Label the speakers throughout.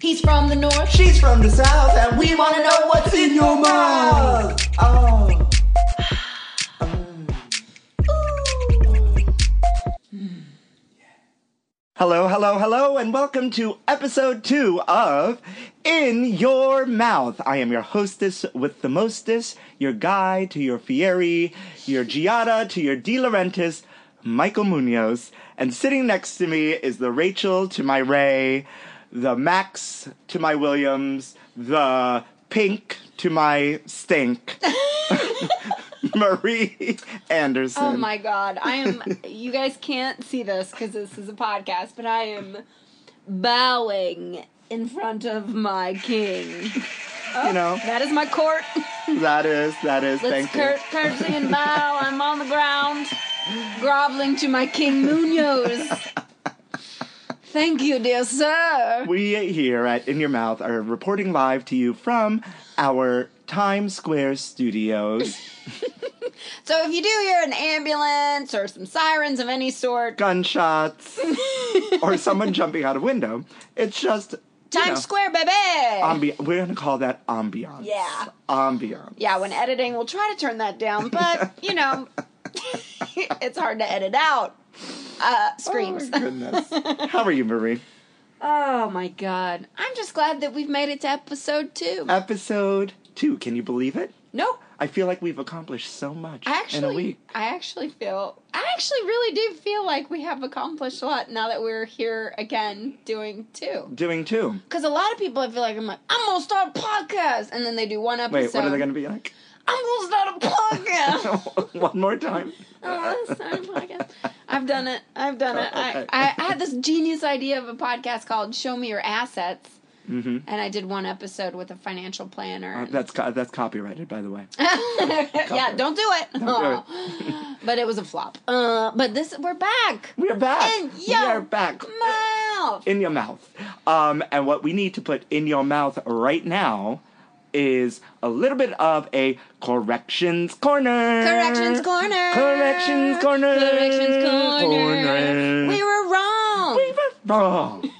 Speaker 1: He's from the north.
Speaker 2: She's from the south, and we want to know what's in your mouth. Oh. Mm. Hello, hello, hello, and welcome to episode two of In Your Mouth. I am your hostess with the mostess, your guy to your Fieri, your Giada to your De Laurentiis, Michael Munoz. And sitting next to me is the Rachel to my Ray, the Max to my Williams, the Pink to my Stink, Marie Anderson.
Speaker 1: Oh my god. I am you guys can't see this cuz this is a podcast, but I am bowing in front of my king.
Speaker 2: You know,
Speaker 1: That is my court.
Speaker 2: that is, that is,
Speaker 1: Let's
Speaker 2: thank
Speaker 1: cur-
Speaker 2: you.
Speaker 1: curtsy and bow. I'm on the ground groveling to my king Munoz. Thank you, dear sir.
Speaker 2: We here at In Your Mouth are reporting live to you from our Times Square studios.
Speaker 1: So if you do hear an ambulance or some sirens of any sort,
Speaker 2: Gunshots or someone jumping out a window. It's just you
Speaker 1: Times
Speaker 2: know,
Speaker 1: Square, baby.
Speaker 2: ambi- we're gonna call that ambiance.
Speaker 1: Yeah.
Speaker 2: Ambiance.
Speaker 1: yeah, when editing, we'll try to turn that down, but you know, it's hard to edit out uh,
Speaker 2: Oh
Speaker 1: screams.
Speaker 2: my goodness. How are you, Marie?
Speaker 1: Oh my god! I'm just glad that we've made it to episode two.
Speaker 2: Uh, Episode two. Can you believe it?
Speaker 1: nope.
Speaker 2: I feel like we've accomplished so much
Speaker 1: I
Speaker 2: in a
Speaker 1: actually,
Speaker 2: week.
Speaker 1: I actually feel, I actually really do feel like we have accomplished a lot now that we're here again doing two.
Speaker 2: Doing two.
Speaker 1: Because a lot of people, I feel like I'm like, I'm gonna start a podcast, and then they do one episode.
Speaker 2: Wait, what are they gonna be like?
Speaker 1: I'm gonna start a podcast.
Speaker 2: One more time.
Speaker 1: Oh, that's not a podcast. I've done it. I've done it.
Speaker 2: Okay.
Speaker 1: I, I, I had this genius idea of a podcast called Show Me Your Assets,
Speaker 2: Mm-hmm.
Speaker 1: and I did one episode with a financial planner. and-
Speaker 2: Uh, That's co- that's copyrighted, by the way.
Speaker 1: yeah, don't do it.
Speaker 2: do
Speaker 1: but it was a flop. Uh, but this, we're back.
Speaker 2: We are back.
Speaker 1: And
Speaker 2: we
Speaker 1: yo-
Speaker 2: are back.
Speaker 1: Mouth.
Speaker 2: in your mouth. Um, and what we need to put in your mouth right now is a little bit of a corrections corner.
Speaker 1: Corrections corner.
Speaker 2: Corrections corner.
Speaker 1: Corrections corner.
Speaker 2: Corner.
Speaker 1: We were wrong.
Speaker 2: We were wrong.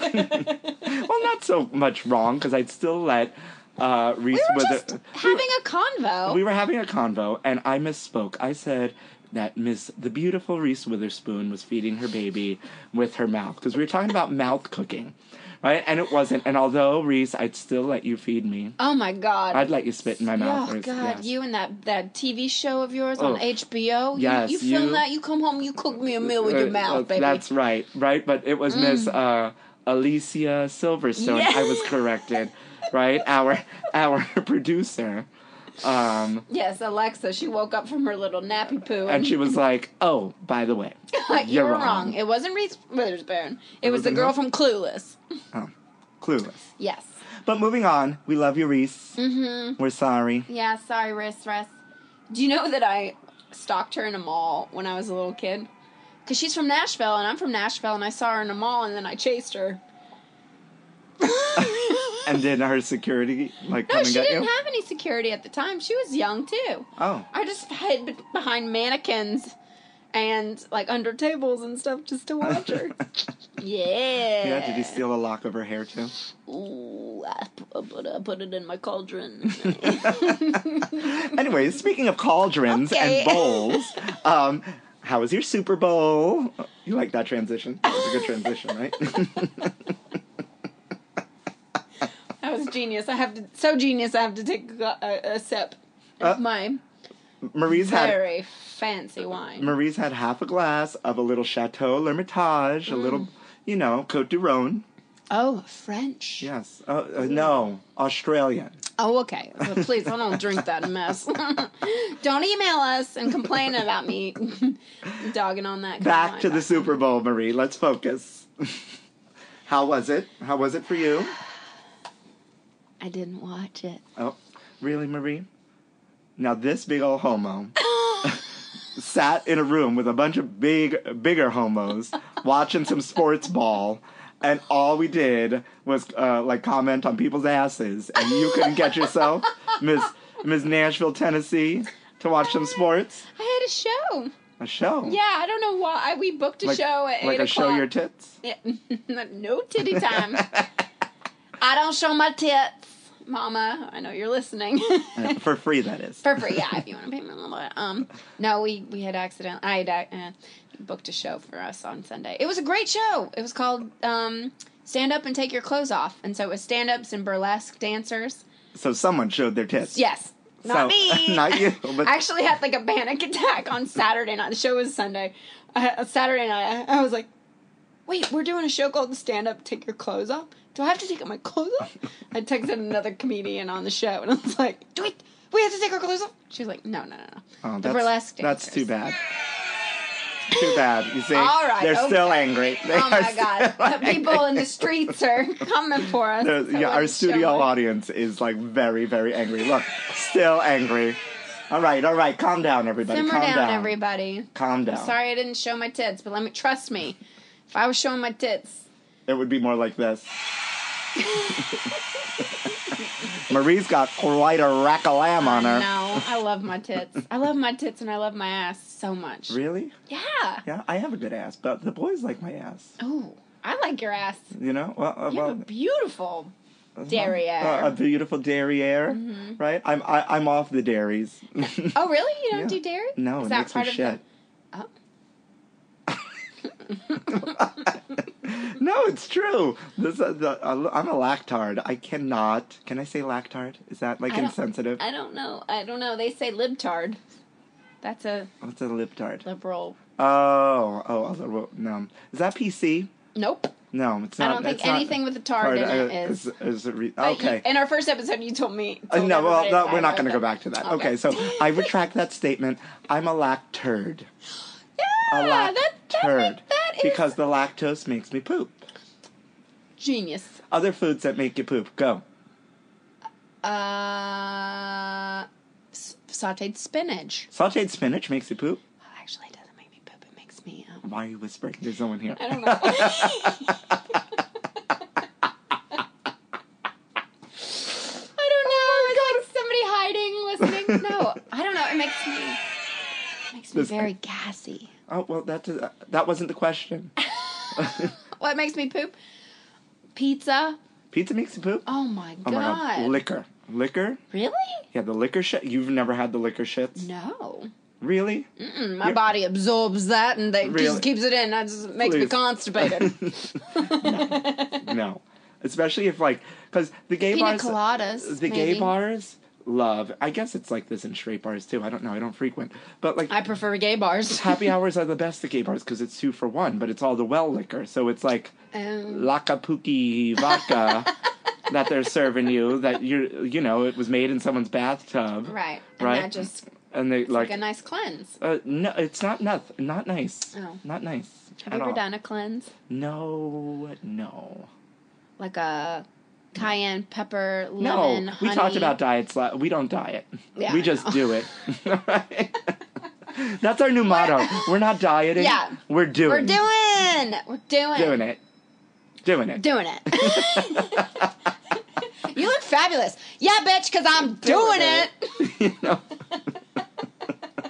Speaker 2: well, not so much wrong because I'd still let uh, Reese
Speaker 1: We were
Speaker 2: with
Speaker 1: just having a convo.
Speaker 2: we were having a convo and I misspoke. I said that Miss the beautiful Reese Witherspoon was feeding her baby with her mouth because we were talking about mouth cooking, right? And it wasn't. And although Reese, I'd still let you feed me.
Speaker 1: oh my god.
Speaker 2: I'd let you spit in my mouth.
Speaker 1: Oh
Speaker 2: Reese,
Speaker 1: God,
Speaker 2: yes.
Speaker 1: you and that that TV show of yours
Speaker 2: Oh.
Speaker 1: on HBO.
Speaker 2: Yes,
Speaker 1: you, you film
Speaker 2: you-
Speaker 1: that. You come home, you cook me a meal with
Speaker 2: Uh,
Speaker 1: your mouth,
Speaker 2: uh,
Speaker 1: baby. Mm.
Speaker 2: That's right, right? But it was Miss uh, Alicia Silverstone.
Speaker 1: Yeah.
Speaker 2: I was corrected, right? Our our producer. Um,
Speaker 1: yes, Alexa. She woke up from her little nappy poo,
Speaker 2: and she was like, "Oh, by the way,
Speaker 1: you were wrong. It wasn't Reese Witherspoon. It was the
Speaker 2: wasn't
Speaker 1: girl
Speaker 2: her?
Speaker 1: from Clueless.
Speaker 2: Oh, clueless."
Speaker 1: Yes.
Speaker 2: But moving on, we love you, Reese.
Speaker 1: Mm-hmm.
Speaker 2: We're sorry.
Speaker 1: Yeah. Sorry, Reese. Reese. Do you know that I stalked her in a mall when I was a little kid? Cause she's from Nashville and I'm from Nashville, and I saw her in a mall, and then I chased her.
Speaker 2: And then her security like
Speaker 1: No,
Speaker 2: come
Speaker 1: she
Speaker 2: and get
Speaker 1: didn't
Speaker 2: you.
Speaker 1: have any security at the time. She was young too.
Speaker 2: oh,
Speaker 1: I just hid be- behind mannequins and like under tables and stuff just to watch her. yeah.
Speaker 2: yeah. Did he steal a lock of her hair too?
Speaker 1: Ooh, I p- I put, I put it in my cauldron.
Speaker 2: Anyway, speaking of cauldrons
Speaker 1: Okay.
Speaker 2: and bowls, um, how was your Super Bowl? You like that transition? That was a good transition, right?
Speaker 1: that was genius. I have to so genius. I have to take a, a, a sip
Speaker 2: Uh,
Speaker 1: of my
Speaker 2: Marie's had
Speaker 1: very fancy wine.
Speaker 2: Marie's had half a glass of a little Chateau L'Hermitage, a
Speaker 1: Mm.
Speaker 2: little, you know, Cote du Rhone.
Speaker 1: oh, French.
Speaker 2: Yes. Uh, uh, no, Australian.
Speaker 1: Oh, okay. But please, I don't drink that mess. don't email us and complain about me dogging on that.
Speaker 2: Back
Speaker 1: wine.
Speaker 2: to the Super Bowl, Marie. Let's focus. How was it? How was it for you?
Speaker 1: I didn't watch it.
Speaker 2: Oh, really, Marie? Now this big old homo sat in a room with a bunch of big, bigger homos watching some sports ball, and all we did was uh, like comment on people's asses, and you couldn't get yourself, Miss Miss Nashville, Tennessee, to watch some sports.
Speaker 1: I had a show.
Speaker 2: A show.
Speaker 1: Yeah, I don't know why. I, we booked a
Speaker 2: Like,
Speaker 1: show at
Speaker 2: like
Speaker 1: eight
Speaker 2: a
Speaker 1: o'clock.
Speaker 2: show your tits.
Speaker 1: Yeah, no titty time. I don't show my tits, Mama. I know you're listening.
Speaker 2: Uh, for free, that is.
Speaker 1: For free, yeah. If you want to pay me a little bit. Um, no, we we had accident. I had ac- uh, booked a show for us on Sunday. It was a great show. It was called um, Stand Up and Take Your Clothes Off, and so it was stand ups and burlesque dancers.
Speaker 2: So someone showed their tits.
Speaker 1: Yes. Not
Speaker 2: So-
Speaker 1: me.
Speaker 2: not you, but-
Speaker 1: I actually had like a panic attack on Saturday night. The show was Sunday. Uh, Saturday night, I, I was like, "Wait, we're doing a show called Stand Up, Take Your Clothes Off. Do I have to take my clothes off?" I texted another comedian on the show, and I was like, "Do we? We have to take our clothes off?" She was like, "No, no, no, no."
Speaker 2: Oh,
Speaker 1: the
Speaker 2: that's,
Speaker 1: burlesque.
Speaker 2: That's
Speaker 1: dancers.
Speaker 2: too bad. too bad. You see,
Speaker 1: All right,
Speaker 2: they're still
Speaker 1: okay.
Speaker 2: angry. They
Speaker 1: Oh
Speaker 2: are
Speaker 1: my god,
Speaker 2: still
Speaker 1: the people in
Speaker 2: angry.
Speaker 1: the streets are coming for us.
Speaker 2: There's-
Speaker 1: So
Speaker 2: yeah, our
Speaker 1: let's show
Speaker 2: studio
Speaker 1: it.
Speaker 2: audience is like very, very angry. Look, still angry. All right, all right, calm down, everybody.
Speaker 1: Simmer
Speaker 2: calm
Speaker 1: down,
Speaker 2: down,
Speaker 1: everybody.
Speaker 2: Calm down.
Speaker 1: Sorry, I didn't show my tits, but let me trust me. If I was showing my tits.
Speaker 2: It would be more like this. Marie's got quite a rack of lamb on her.
Speaker 1: No, I love my tits. I love my tits and I love my ass so much.
Speaker 2: Really?
Speaker 1: Yeah.
Speaker 2: Yeah, I have a good ass, but the boys like my ass.
Speaker 1: Oh, I like your ass.
Speaker 2: You know? Well, uh,
Speaker 1: You
Speaker 2: well
Speaker 1: have a beautiful
Speaker 2: uh,
Speaker 1: derriere. Mm-hmm.
Speaker 2: uh, a beautiful derriere, right? I'm I, I'm off the dairies.
Speaker 1: oh, really? You don't
Speaker 2: Yeah.
Speaker 1: do dairy?
Speaker 2: no,
Speaker 1: Is
Speaker 2: it
Speaker 1: that
Speaker 2: makes
Speaker 1: part
Speaker 2: me
Speaker 1: of
Speaker 2: shit.
Speaker 1: the? Oh.
Speaker 2: No, it's true. This, uh, the, uh, I'm a lactard. I cannot. Can I say lactard? Is that like
Speaker 1: I don't-
Speaker 2: insensitive?
Speaker 1: I don't know. I don't know. They say libtard. That's a
Speaker 2: What's a liptard?
Speaker 1: liberal.
Speaker 2: Oh, oh, other wo- no. Is that PC?
Speaker 1: Nope.
Speaker 2: No, it's
Speaker 1: I
Speaker 2: not.
Speaker 1: don't think
Speaker 2: it's not-
Speaker 1: anything with a tard in
Speaker 2: Tard,
Speaker 1: it
Speaker 2: uh,
Speaker 1: is.
Speaker 2: is- is re-
Speaker 1: But you-
Speaker 2: okay.
Speaker 1: in our first episode, you told me.
Speaker 2: Uh,
Speaker 1: told
Speaker 2: no, well,
Speaker 1: everybody
Speaker 2: no,
Speaker 1: that I
Speaker 2: we're not
Speaker 1: wrote
Speaker 2: going to go back to that. Okay, so I retract that statement. I'm a lacturd. A
Speaker 1: yeah,
Speaker 2: lacturd.
Speaker 1: that, that, make- that is
Speaker 2: because the lactose makes me poop.
Speaker 1: genius.
Speaker 2: Other foods that make you poop. Go.
Speaker 1: Uh, s- sauteed spinach.
Speaker 2: Sauteed spinach makes you poop.
Speaker 1: Well, actually, it doesn't make me poop. It makes me. Um,
Speaker 2: Why are you whispering? There's no one here.
Speaker 1: I don't know.
Speaker 2: Oh
Speaker 1: I don't know. It's like somebody hiding, listening. No, I don't know. It makes me it makes me
Speaker 2: This-
Speaker 1: very gassy.
Speaker 2: Oh well, that uh, that wasn't the question.
Speaker 1: What makes me poop? Pizza.
Speaker 2: Pizza makes you poop.
Speaker 1: Oh my god.
Speaker 2: Oh my god, liquor, liquor.
Speaker 1: really?
Speaker 2: Yeah, the liquor shit. You've never had the liquor shits,
Speaker 1: No.
Speaker 2: really?
Speaker 1: Mm, my body absorbs that and they
Speaker 2: Really?
Speaker 1: just keeps it in. That just makes me
Speaker 2: Please.
Speaker 1: constipated.
Speaker 2: no, especially if like because the gay
Speaker 1: Pina
Speaker 2: bars,
Speaker 1: coladas,
Speaker 2: the
Speaker 1: maybe.
Speaker 2: gay bars love. I guess it's like this in straight bars too. I don't know. I don't frequent, but like
Speaker 1: I prefer gay bars.
Speaker 2: happy hours are the best at gay bars because it's two for one, but it's all the well liquor, so it's like
Speaker 1: Um,
Speaker 2: lakapuki vodka that they're serving you. That you're, you know, it was made in someone's bathtub,
Speaker 1: right. And
Speaker 2: Right.
Speaker 1: that just
Speaker 2: And they
Speaker 1: like
Speaker 2: like,
Speaker 1: a nice cleanse.
Speaker 2: uh, no, it's not noth, not nice,
Speaker 1: Oh.
Speaker 2: not nice.
Speaker 1: Have
Speaker 2: at
Speaker 1: you ever
Speaker 2: all.
Speaker 1: done a cleanse?
Speaker 2: No, no,
Speaker 1: Like a cayenne pepper,
Speaker 2: no.
Speaker 1: lemon,
Speaker 2: we
Speaker 1: honey.
Speaker 2: talked about diets. la- We don't diet.
Speaker 1: Yeah,
Speaker 2: we
Speaker 1: I
Speaker 2: just
Speaker 1: know.
Speaker 2: do it. Right? That's our new motto. We're not dieting.
Speaker 1: Yeah.
Speaker 2: we're doing.
Speaker 1: We're doing. We're doing.
Speaker 2: doing it. Doing it.
Speaker 1: Doing it. you look fabulous. Yeah, bitch, because I'm doing, it.
Speaker 2: you know.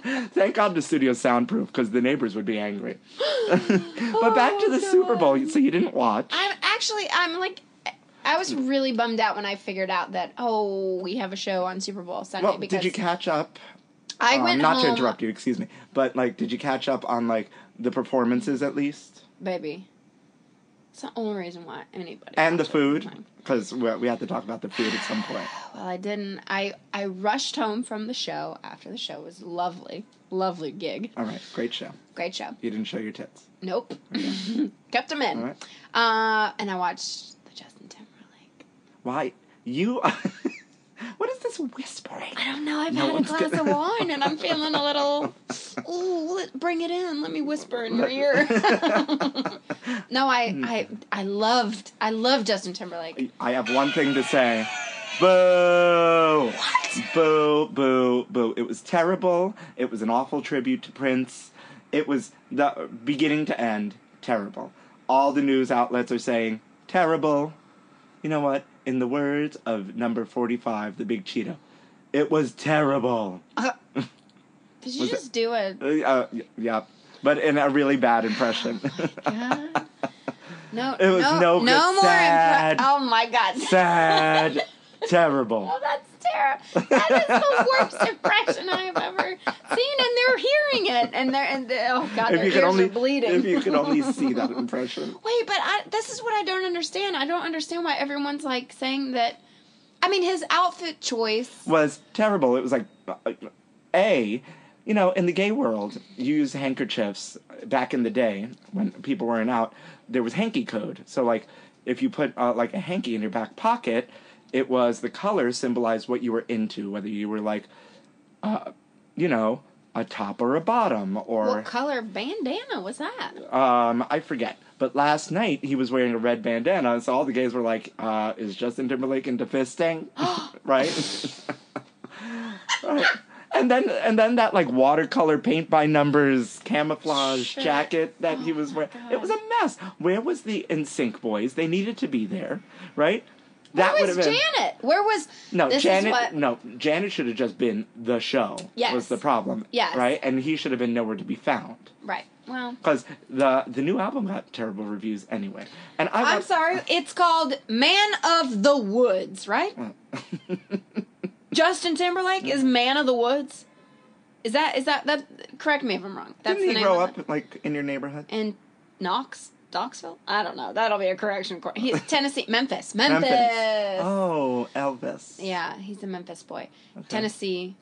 Speaker 2: Thank God the studio's soundproof because the neighbors would be angry. but back to the
Speaker 1: Oh,
Speaker 2: Super Bowl.
Speaker 1: God.
Speaker 2: So you didn't watch.
Speaker 1: I'm actually. I'm like. I was really bummed out when I figured out that oh we have a show on Super Bowl Sunday
Speaker 2: well,
Speaker 1: because
Speaker 2: did you catch up?
Speaker 1: I
Speaker 2: Um,
Speaker 1: went
Speaker 2: not
Speaker 1: home,
Speaker 2: to interrupt you, excuse me. But like, did you catch up on like the performances at least
Speaker 1: baby. It's the only reason why anybody
Speaker 2: and the
Speaker 1: watches
Speaker 2: food?
Speaker 1: mine.
Speaker 2: Because we, we had to talk about the food at some point.
Speaker 1: Well, I didn't. I I rushed home from the show after the show It was lovely, lovely gig,
Speaker 2: All right, great show.
Speaker 1: great show.
Speaker 2: You didn't show your tits.
Speaker 1: Nope, kept them in.
Speaker 2: All right.
Speaker 1: Uh, and I watched the Justin Timberlake.
Speaker 2: Why you? what is this whispering?
Speaker 1: I don't know. I've
Speaker 2: No
Speaker 1: had a
Speaker 2: one's
Speaker 1: glass
Speaker 2: gonna-
Speaker 1: of wine and I'm feeling a little. Ooh, let, bring it in. Let me whisper in your ear. no, I I I loved I loved Justin Timberlake.
Speaker 2: Hmm. I have one thing to say. Boo!
Speaker 1: What?
Speaker 2: Boo, boo, boo. It was terrible. It was an awful tribute to Prince. It was the beginning to end terrible. All the news outlets are saying terrible. You know what? In the words of number 45, the big cheetah, it was terrible.
Speaker 1: Did you
Speaker 2: Was
Speaker 1: just do a
Speaker 2: Uh, uh, y- yeah, but in a really bad impression.
Speaker 1: God? No,
Speaker 2: It was no good.
Speaker 1: no more.
Speaker 2: Sad.
Speaker 1: Impre- oh my god,
Speaker 2: Sad. Terrible.
Speaker 1: Oh, that's terrible. That is the worst depression I have ever seen, and they're hearing it, and they're and they, oh god, their
Speaker 2: if you
Speaker 1: ears
Speaker 2: could only
Speaker 1: are bleeding.
Speaker 2: if you could only see that impression.
Speaker 1: Wait, but I, this is what I don't understand. I don't understand why everyone's like saying that. I mean, his outfit choice.
Speaker 2: was terrible. It was like, uh, A, you know, in the gay world, you use handkerchiefs back in the day when people weren't out. There was hanky code. So, like, if you put uh, like a hanky in your back pocket, it was the color symbolized what you were into, whether you were like, uh, you know, a top or a bottom or
Speaker 1: What color bandana was that?
Speaker 2: um, I forget. But last night he was wearing a red bandana, so all the gays were like, uh, "Is Justin Timberlake into fisting?" right? Right. And then, and then that like watercolor paint by numbers camouflage
Speaker 1: Shit. Oh
Speaker 2: jacket that he was wearing. It was a mess. Where was the NSYNC boys? They needed to be there, right? That
Speaker 1: Where
Speaker 2: would
Speaker 1: was
Speaker 2: have been
Speaker 1: Janet? Where was
Speaker 2: no
Speaker 1: This
Speaker 2: Janet.
Speaker 1: Is what,
Speaker 2: No Janet should have just been the show.
Speaker 1: Yes.
Speaker 2: was the problem.
Speaker 1: Yes.
Speaker 2: right, and he should have been nowhere to be found
Speaker 1: Right. Well,
Speaker 2: because the the new album got terrible reviews anyway. And I
Speaker 1: I'm
Speaker 2: want-
Speaker 1: sorry. It's called Man of the Woods, right?
Speaker 2: Mm.
Speaker 1: Justin Timberlake is Man of the Woods. Is that is that that? Correct me if I'm wrong. That's
Speaker 2: Didn't
Speaker 1: the
Speaker 2: he
Speaker 1: name
Speaker 2: grow
Speaker 1: of it.
Speaker 2: up like in your neighborhood?
Speaker 1: in Knox, Knoxville. I don't know. That'll be a correction. Cor- he's Tennessee, Memphis, Memphis.
Speaker 2: Memphis. Oh, Elvis.
Speaker 1: Yeah, he's a Memphis boy. Tennessee.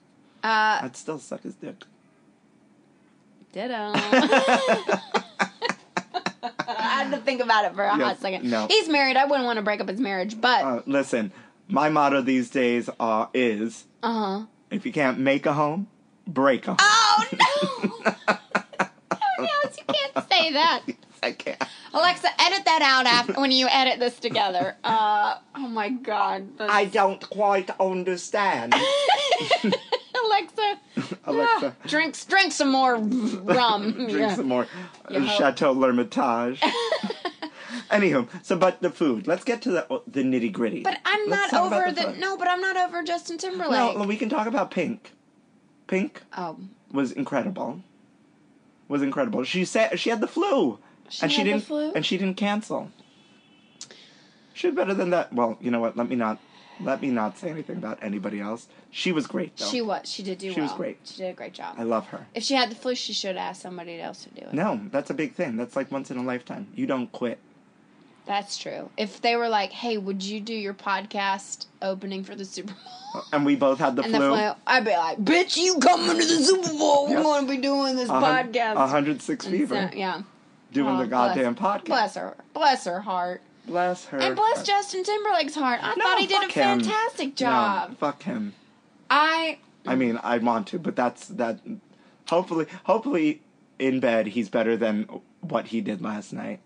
Speaker 1: Uh,
Speaker 2: I'd still suck his dick.
Speaker 1: ditto. I had to think about it for a
Speaker 2: Yes,
Speaker 1: hot second.
Speaker 2: no.
Speaker 1: He's married. I wouldn't want to break up his marriage, but
Speaker 2: Uh, listen, my motto these days uh, is
Speaker 1: uh huh.
Speaker 2: if you can't make a home, break a home.
Speaker 1: Oh no! Oh, no, yes, you can't say that.
Speaker 2: I can't.
Speaker 1: Alexa, edit that out after when you edit this together. Uh, oh my god. that's-
Speaker 2: I don't quite understand.
Speaker 1: Alexa.
Speaker 2: Alexa.
Speaker 1: Ah, drinks drink some more rum.
Speaker 2: Drink
Speaker 1: Yeah.
Speaker 2: some more uh,
Speaker 1: Yeah.
Speaker 2: Chateau L'Hermitage. Anywho, so but the food. Let's get to the oh, the nitty gritty.
Speaker 1: But I'm not over the, no, but I'm not over Justin Timberlake.
Speaker 2: No, we can talk about Pink. Pink
Speaker 1: oh.
Speaker 2: was incredible. Was incredible. She said she had the flu,
Speaker 1: She
Speaker 2: and she
Speaker 1: had the
Speaker 2: didn't.
Speaker 1: flu?
Speaker 2: And she didn't cancel. She did better than that. Well, you know what? Let me not. Let me not say anything about anybody else. She was great though.
Speaker 1: She was she did do
Speaker 2: She
Speaker 1: well.
Speaker 2: was great.
Speaker 1: She did a great job.
Speaker 2: I love her.
Speaker 1: if she had the flu, she should ask somebody else to do it.
Speaker 2: No, that's a big thing. That's like once in a lifetime. You don't quit.
Speaker 1: That's true. If they were like, "Hey, would you do your podcast opening for the Super Bowl?"
Speaker 2: And we both had the
Speaker 1: And the
Speaker 2: flu.
Speaker 1: flu, I'd be like, "Bitch, you coming to the Super Bowl? We're
Speaker 2: Yeah.
Speaker 1: going to be doing this
Speaker 2: A hun-
Speaker 1: podcast."
Speaker 2: a hundred six
Speaker 1: And so-
Speaker 2: fever.
Speaker 1: yeah.
Speaker 2: Doing
Speaker 1: Oh,
Speaker 2: the goddamn
Speaker 1: bless,
Speaker 2: podcast.
Speaker 1: Bless her. Bless her heart.
Speaker 2: Bless her.
Speaker 1: And bless Justin Timberlake's heart. I
Speaker 2: No,
Speaker 1: thought he did a
Speaker 2: fuck him.
Speaker 1: fantastic
Speaker 2: No,
Speaker 1: job. Mm.
Speaker 2: fuck him.
Speaker 1: I
Speaker 2: I mean, I want to, but that's that. Hopefully, hopefully, in bed he's better than what he did last night.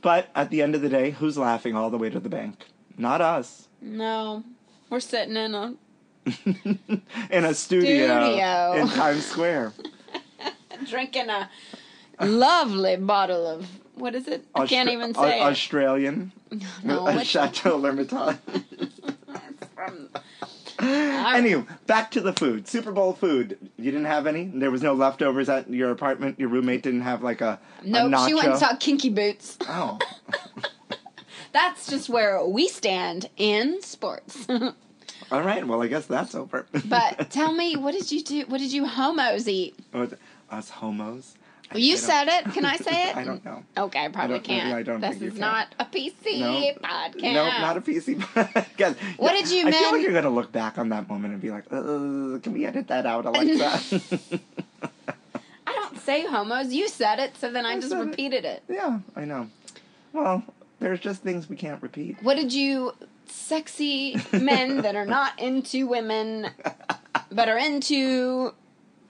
Speaker 2: But at the end of the day, who's laughing all the way to the bank? Not us.
Speaker 1: no. We're sitting in a
Speaker 2: in a studio,
Speaker 1: Studio.
Speaker 2: in Times Square.
Speaker 1: drinking a lovely bottle of what is it? I can't
Speaker 2: Austra-
Speaker 1: even
Speaker 2: Au-
Speaker 1: say it.
Speaker 2: Australian.
Speaker 1: No, what's-
Speaker 2: Chateau L'Hermitage.
Speaker 1: from-
Speaker 2: Anywho, back to the food. Super Bowl food. You didn't have any? There was no leftovers at your apartment? Your roommate didn't have like a, a
Speaker 1: no, she went and
Speaker 2: nacho?
Speaker 1: saw Kinky Boots.
Speaker 2: Oh.
Speaker 1: That's just where we stand in sports.
Speaker 2: All right. Well, I guess that's over.
Speaker 1: but tell me, what did you do? What did you homos eat?
Speaker 2: But Oh, us homos. I-
Speaker 1: You
Speaker 2: I don't-
Speaker 1: said it. Can I say it?
Speaker 2: I don't know.
Speaker 1: Okay, I probably
Speaker 2: don't-
Speaker 1: can't.
Speaker 2: I don't
Speaker 1: this
Speaker 2: think you
Speaker 1: is
Speaker 2: can.
Speaker 1: not a PC
Speaker 2: No.
Speaker 1: podcast.
Speaker 2: No, not a PC. podcast.
Speaker 1: What did you
Speaker 2: I feel
Speaker 1: men-
Speaker 2: like you're gonna look back on that moment and be like, "Uh, "Can we edit that out, Alexa?"
Speaker 1: I don't say homos. You said it, so then I just
Speaker 2: said it.
Speaker 1: repeated it.
Speaker 2: yeah, I know. Well, there's just things we can't repeat.
Speaker 1: What did you sexy men that are not into women but are into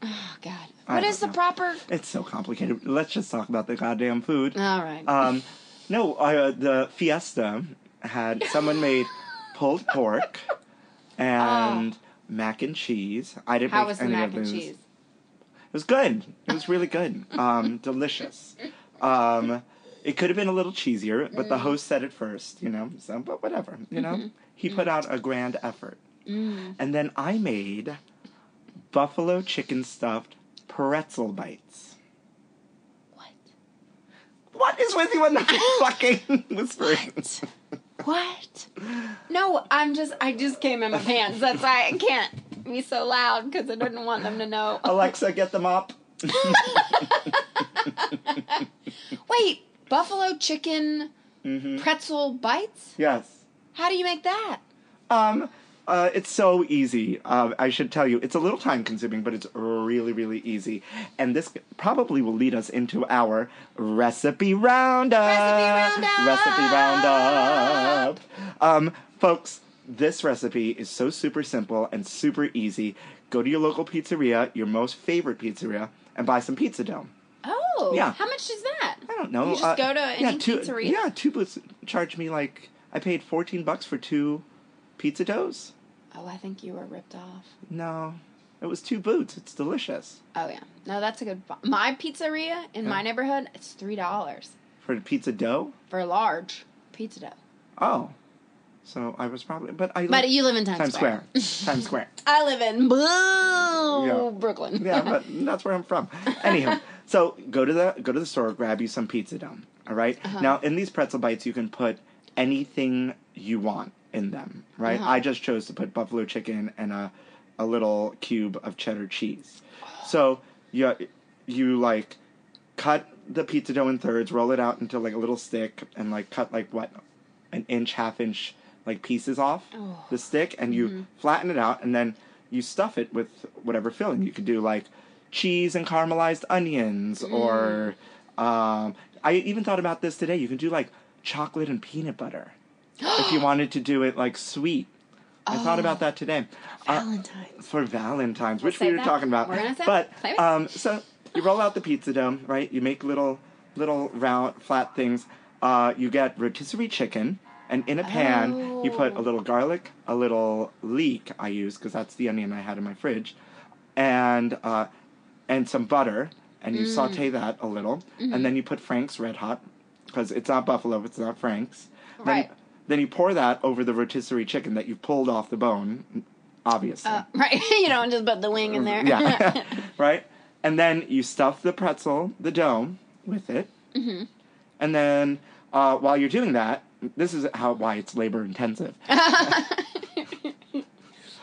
Speaker 1: Oh god.
Speaker 2: I
Speaker 1: What
Speaker 2: don't
Speaker 1: is the
Speaker 2: know.
Speaker 1: proper
Speaker 2: It's so complicated. Let's just talk about the goddamn food.
Speaker 1: All right.
Speaker 2: Um, no, uh, the fiesta had someone made pulled pork and mac and cheese. I didn't
Speaker 1: Oh. How
Speaker 2: make
Speaker 1: was the
Speaker 2: any
Speaker 1: mac
Speaker 2: of
Speaker 1: and
Speaker 2: those.
Speaker 1: cheese?
Speaker 2: It was good. It was really good. Um, delicious. Um, it could have been a little cheesier,
Speaker 1: Mm.
Speaker 2: but the host said it first, you know. So, but whatever, you know.
Speaker 1: Mm-hmm.
Speaker 2: He put out a grand effort,
Speaker 1: Mm.
Speaker 2: and then I made buffalo chicken stuffed pretzel bites.
Speaker 1: What?
Speaker 2: What? What is with you and the fucking whispering?
Speaker 1: What? No, I'm just I just came in my pants. That's why I can't be so loud because I didn't want them to know.
Speaker 2: Alexa, get the mop.
Speaker 1: Wait, buffalo chicken
Speaker 2: Mm-hmm.
Speaker 1: pretzel bites?
Speaker 2: Yes.
Speaker 1: How do you make that?
Speaker 2: Um, uh, it's so easy. Uh, I should tell you, it's a little time consuming, but it's really, really easy. And this probably will lead us into our recipe roundup.
Speaker 1: Recipe roundup!
Speaker 2: Recipe roundup. Um, folks, this recipe is so super simple and super easy. Go to your local pizzeria, your most favorite pizzeria, and buy some pizza dough.
Speaker 1: Oh,
Speaker 2: Yeah.
Speaker 1: How much is that?
Speaker 2: I don't know.
Speaker 1: You just
Speaker 2: uh,
Speaker 1: go to any
Speaker 2: yeah, two,
Speaker 1: pizzeria.
Speaker 2: Yeah, two booths charged me like I paid fourteen bucks for two pizza doughs.
Speaker 1: Oh, I think you were ripped off.
Speaker 2: No, it was two boots. It's delicious
Speaker 1: Oh yeah. No, that's a good. bu- My pizzeria in my neighborhood, it's three dollars
Speaker 2: for the pizza dough.
Speaker 1: for a large pizza dough.
Speaker 2: Oh, so I was probably, but I
Speaker 1: But
Speaker 2: like-
Speaker 1: you live in Times,
Speaker 2: Times Square, Times Square.
Speaker 1: I live in blue
Speaker 2: Yeah.
Speaker 1: Brooklyn.
Speaker 2: Yeah, but that's where I'm from. Anyhow, so go to the go to the store, grab you some pizza dough. All right? Now in these pretzel bites, you can put anything you want in them. Right? I just chose to put buffalo chicken and a a little cube of cheddar cheese. So you you like cut the pizza dough in thirds, roll it out into like a little stick, and like cut like what an inch, half inch like pieces off
Speaker 1: Oh.
Speaker 2: the stick, and you flatten it out, and then you stuff it with whatever filling. You could do like cheese and caramelized onions, or um, I even thought about this today. You can do like chocolate and peanut butter if you wanted to do it like sweet. I thought about that today. Uh,
Speaker 1: Valentine's.
Speaker 2: for Valentine's, which
Speaker 1: save
Speaker 2: we were
Speaker 1: that.
Speaker 2: talking about.
Speaker 1: We're gonna save-
Speaker 2: but
Speaker 1: save it.
Speaker 2: um, so you roll out the pizza dough, right? You make little little round flat things. Uh, you get rotisserie chicken, and in a pan you put
Speaker 1: Oh.
Speaker 2: a little garlic, a little leek. I use because that's the onion I had in my fridge, and uh, and some butter, and
Speaker 1: Mm.
Speaker 2: you saute that a little,
Speaker 1: Mm-hmm.
Speaker 2: and then you put Frank's Red Hot because it's not buffalo, it's not Frank's. Then-
Speaker 1: Right.
Speaker 2: Then you pour that over the rotisserie chicken that you pulled off the bone, obviously.
Speaker 1: Uh, right. you don't just put the wing in there.
Speaker 2: Yeah. right? And then you stuff the pretzel, the dome, with it. Mm-hmm. And then uh, while you're doing that, this is how why it's labor intensive. uh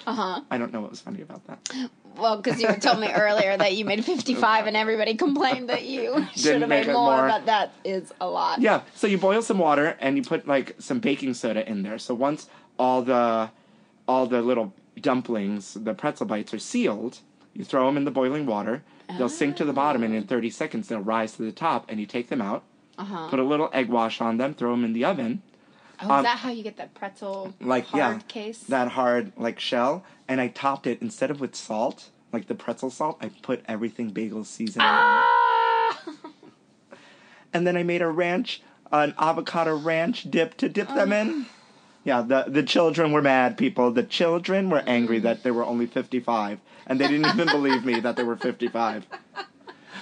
Speaker 2: huh. I don't know what was funny about that.
Speaker 1: Well, because you had told me earlier that you made 55 and everybody complained that you should have
Speaker 2: make
Speaker 1: made
Speaker 2: it
Speaker 1: more,
Speaker 2: more.
Speaker 1: but that is a lot.
Speaker 2: Yeah. So you boil some water and you put like some baking soda in there. So once all the all the little dumplings, the pretzel bites are sealed, you throw them in the boiling water. They'll sink to the bottom and in 30 seconds they'll rise to the top and you take them out.
Speaker 1: Uh-huh.
Speaker 2: put a little egg wash on them, throw them in the oven,
Speaker 1: Oh,
Speaker 2: Um,
Speaker 1: is that how you get that pretzel
Speaker 2: like
Speaker 1: hard
Speaker 2: yeah,
Speaker 1: case?
Speaker 2: that hard like shell, and I topped it instead of with salt, like the pretzel salt, I put everything bagel seasoning, on it.
Speaker 1: Ah!
Speaker 2: and then I made a ranch, an avocado ranch dip to dip them in. Yeah, the the children were mad, people. The children were angry that there were only fifty five, and they didn't even believe me that there were fifty five.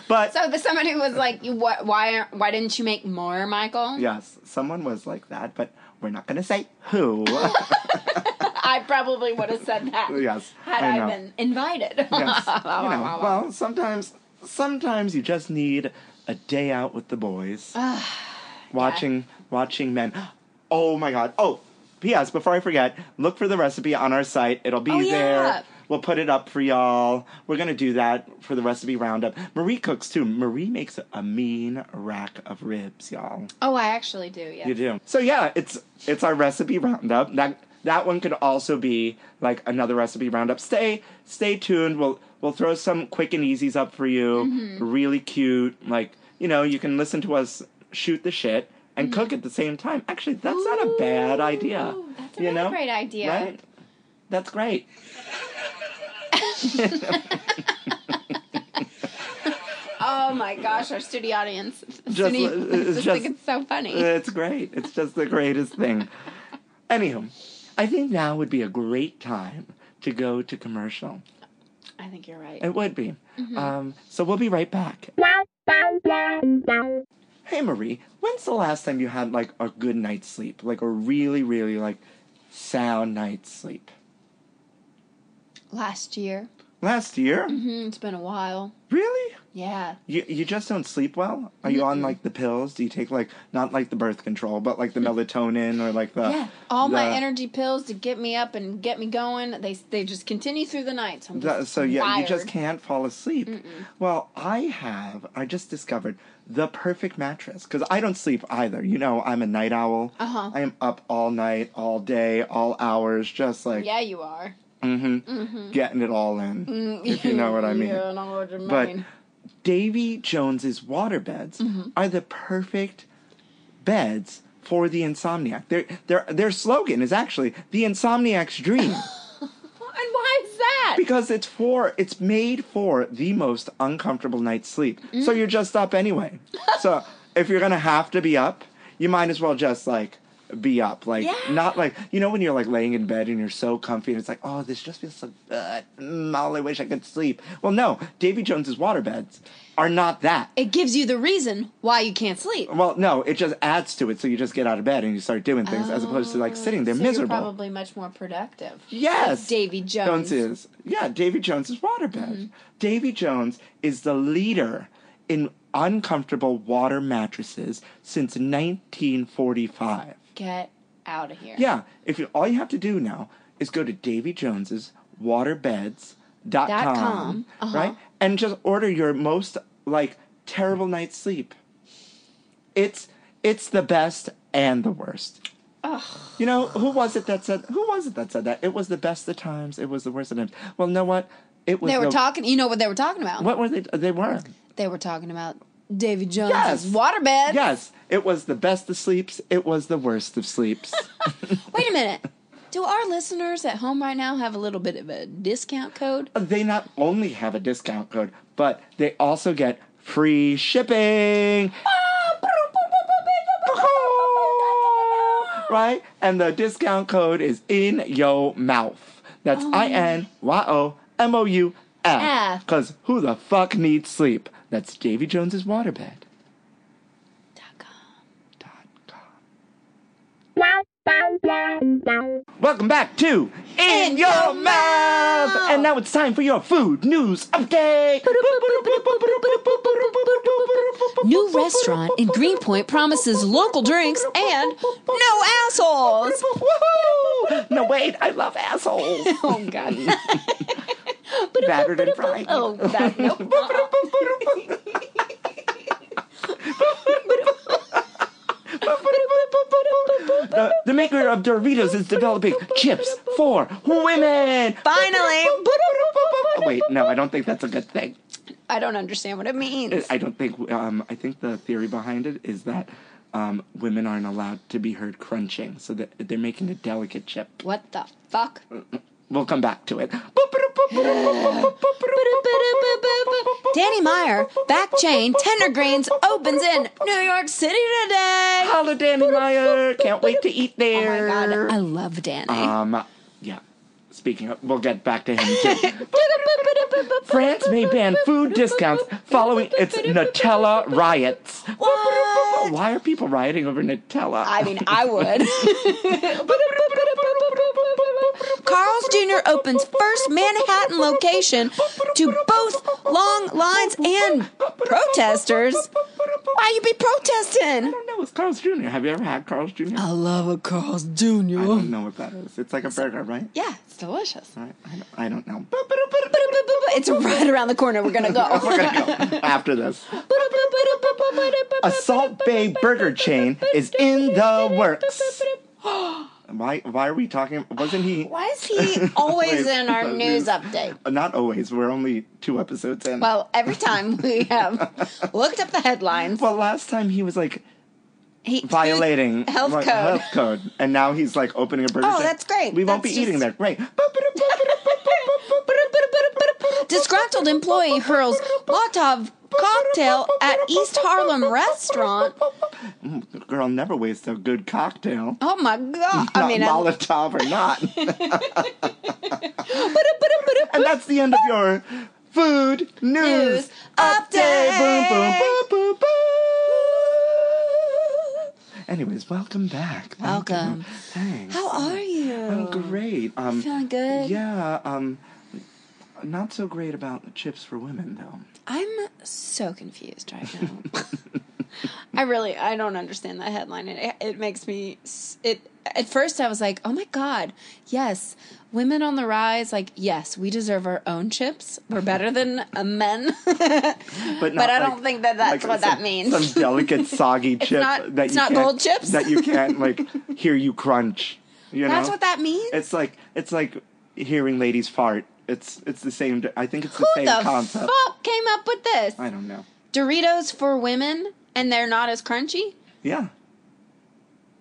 Speaker 2: But
Speaker 1: So the someone who was like, you, wh- why aren't- why didn't you make more, Michael?
Speaker 2: yes, someone was like that, but we're not gonna say who.
Speaker 1: I probably would have said that.
Speaker 2: Yes,
Speaker 1: Had
Speaker 2: I
Speaker 1: I,
Speaker 2: know.
Speaker 1: been invited.
Speaker 2: yes. you
Speaker 1: Wow, wow,
Speaker 2: know,
Speaker 1: wow, wow.
Speaker 2: well, sometimes sometimes you just need a day out with the boys. watching watching men. Oh my god. Oh, PS, before I forget, look for the recipe on our site. It'll be
Speaker 1: Oh, yeah.
Speaker 2: there. We'll put it up for y'all. We're gonna do that for the recipe roundup. Marie cooks too. Marie makes a mean rack of ribs, y'all.
Speaker 1: Oh, I actually do, yeah.
Speaker 2: You do. So yeah, it's it's our recipe roundup. That that one could also be like another recipe roundup. Stay stay tuned. We'll we'll throw some quick and easies up for you.
Speaker 1: Mm-hmm.
Speaker 2: Really cute. Like you know, you can listen to us shoot the shit and
Speaker 1: Mm-hmm.
Speaker 2: cook at the same time. Actually, that's not a bad idea.
Speaker 1: Ooh, that's
Speaker 2: you
Speaker 1: another
Speaker 2: know?
Speaker 1: great idea.
Speaker 2: Right? That's great.
Speaker 1: Oh my gosh, our studio audience.
Speaker 2: Just-
Speaker 1: Studio-
Speaker 2: it's
Speaker 1: just
Speaker 2: just- Uh,
Speaker 1: think it's so funny.
Speaker 2: It's great. It's just the greatest thing. Anywho, I think now would be a great time to go to commercial.
Speaker 1: I think you're right.
Speaker 2: It would be.
Speaker 1: Mm-hmm.
Speaker 2: Um, so we'll be right back. Hey Marie, when's the last time you had like a good night's sleep? Like a really, really like sound night's sleep?
Speaker 1: Last year.
Speaker 2: Last year?
Speaker 1: hmm it's been a while.
Speaker 2: Really?
Speaker 1: Yeah.
Speaker 2: You you just don't sleep well. Are you on like the pills? Do you take like not like the birth control, but like the melatonin or like the
Speaker 1: Yeah. All my
Speaker 2: the-
Speaker 1: energy pills to get me up and get me going, they they just continue through the night. So, I'm
Speaker 2: That-
Speaker 1: just
Speaker 2: so yeah, you just
Speaker 1: wired.
Speaker 2: can't fall asleep. Well, I have. I just discovered the perfect mattress because I don't sleep either. You know, I'm a night owl.
Speaker 1: Uh-huh.
Speaker 2: I am up all night, all day, all hours, just like
Speaker 1: Yeah, you are.
Speaker 2: getting it all in, if you know what I
Speaker 1: Mm,
Speaker 2: mean.
Speaker 1: Yeah, I know what you mean. Mm-hmm.
Speaker 2: But Davy Jones's water beds are the perfect beds for the insomniac. Their their their slogan is actually the insomniac's dream.
Speaker 1: and why is that?
Speaker 2: Because it's for it's made for the most uncomfortable night's sleep. So you're just up anyway. so if you're gonna have to be up, you might as well just like be up. Like
Speaker 1: Yeah.
Speaker 2: not like you know when you're like laying in bed and you're so comfy and it's like, oh this just feels so good. Mm, I only wish I could sleep. Well no, Davy Jones's water beds are not that.
Speaker 1: it gives you the reason why you can't sleep.
Speaker 2: well, no, it just adds to it. So you just get out of bed and you start doing things as opposed to like sitting there
Speaker 1: Oh, so
Speaker 2: miserable.
Speaker 1: You're probably much more productive.
Speaker 2: Yes.
Speaker 1: Like Davy Jones.
Speaker 2: Jones is. Yeah, Davy Jones is waterbed. Davy Jones is the leader in uncomfortable water mattresses since 1945.
Speaker 1: Get out of here.
Speaker 2: Yeah, if you all you have to do now is go to Davy Jones's waterbeds.com,
Speaker 1: Dot com, uh-huh.
Speaker 2: right? And just order your most like terrible night's sleep. It's it's the best and the worst. You know, who was it that said who was it that said that? It was the best of times, it was the worst of times. Well, know what? It was
Speaker 1: They were
Speaker 2: the-
Speaker 1: talking. You know what they were talking about?
Speaker 2: What were they they were?
Speaker 1: They were talking about Davy Jones'
Speaker 2: Yes.
Speaker 1: waterbed.
Speaker 2: Yes, it was the best of sleeps, it was the worst of sleeps.
Speaker 1: Wait a minute. Do our listeners at home right now have a little bit of a discount code?
Speaker 2: they not only have a discount code, but they also get free shipping. Right? And the discount code is in yo mouth. That's I N Y O M O U F.
Speaker 1: F.
Speaker 2: Because who the fuck needs sleep? That's Davy Jones's waterbed.
Speaker 1: Dot com.
Speaker 2: Dot com. Welcome back to In, Your, Mouth. And now it's time for your food news update.
Speaker 1: New restaurant in Greenpoint promises local drinks and no assholes.
Speaker 2: Woohoo! No, wait, I love assholes.
Speaker 1: Oh God.
Speaker 2: Battered and fried.
Speaker 1: Oh, that, nope.
Speaker 2: The, the maker of Doritos is developing chips for women. Oh,
Speaker 1: Finally.
Speaker 2: Wait, no, I don't think that's a good thing.
Speaker 1: I don't understand what it means.
Speaker 2: I don't think. Um, I think the theory behind it is that um, women aren't allowed to be heard crunching, so that they're making a delicate chip.
Speaker 1: What the fuck?
Speaker 2: We'll come back to it.
Speaker 1: Danny Meyer, back chain, Tender Greens opens in New York City today.
Speaker 2: Hello, Danny Meyer. Can't wait to eat
Speaker 1: Oh
Speaker 2: there.
Speaker 1: my god, I love Danny.
Speaker 2: Um, yeah. Speaking of, we'll get back to him too. France may ban food discounts following its Nutella riots.
Speaker 1: What?
Speaker 2: Why are people rioting over Nutella?
Speaker 1: I mean, I would. Carl's Jr. opens first Manhattan location to both long lines and protesters. Why you be protesting?
Speaker 2: don't know. It's Carl's Jr. Have you ever had Carl's Jr.?
Speaker 1: I love a Carl's
Speaker 2: I
Speaker 1: Jr.
Speaker 2: don't know what that is. It's like a burger, right?
Speaker 1: Yeah, it's delicious.
Speaker 2: I, I don't- I don't know.
Speaker 1: It's right around the corner. We're gonna
Speaker 2: We're
Speaker 1: go.
Speaker 2: gonna go after this. A Salt Bay burger chain is in the works. Why? Why are we talking? Wasn't he?
Speaker 1: Why is he always
Speaker 2: Wait,
Speaker 1: in our
Speaker 2: the
Speaker 1: news
Speaker 2: news.
Speaker 1: update?
Speaker 2: Not always. We're only two episodes in.
Speaker 1: Well, every time we have looked up the headlines,
Speaker 2: Well, last time he was like
Speaker 1: he
Speaker 2: violating
Speaker 1: health
Speaker 2: like,
Speaker 1: code.
Speaker 2: health code, and now he's like opening a burger.
Speaker 1: Oh,
Speaker 2: chain.
Speaker 1: that's great.
Speaker 2: We won't
Speaker 1: That's
Speaker 2: be eating
Speaker 1: just-
Speaker 2: that. Great.
Speaker 1: Disgruntled employee hurls Molotov cocktail at East Harlem restaurant.
Speaker 2: Girl never wastes a good cocktail.
Speaker 1: Oh my god!
Speaker 2: Not
Speaker 1: I mean, I-
Speaker 2: Molotov or not. And that's the end of your food news,
Speaker 1: News update.
Speaker 2: Boom, boom, boom, boom, boom. Anyways, welcome back. Thank you.
Speaker 1: Welcome.
Speaker 2: Thanks.
Speaker 1: how are you?
Speaker 2: I'm great. Um,
Speaker 1: Feeling good?
Speaker 2: Yeah. Um, Not so great about chips for women, though.
Speaker 1: I'm so confused right now. I really I don't understand that headline. It it makes me s- it at first I was like, "Oh my god. Yes, women on the rise like yes, we deserve our own chips. We're better than uh, men." but
Speaker 2: But, not
Speaker 1: I
Speaker 2: like-
Speaker 1: don't think that that's
Speaker 2: like
Speaker 1: what that
Speaker 2: some-
Speaker 1: means.
Speaker 2: Some delicate, soggy chip
Speaker 1: not-
Speaker 2: that
Speaker 1: it's
Speaker 2: you
Speaker 1: not
Speaker 2: can't-
Speaker 1: gold chips?
Speaker 2: that you can't like hear you crunch. You
Speaker 1: that's
Speaker 2: know?
Speaker 1: what that means?
Speaker 2: It's like it's like hearing ladies fart. It's it's the same. I think it's the
Speaker 1: Who
Speaker 2: same
Speaker 1: the
Speaker 2: concept.
Speaker 1: fuck came up with this?
Speaker 2: I don't know.
Speaker 1: Doritos for women and they're not as crunchy?
Speaker 2: Yeah.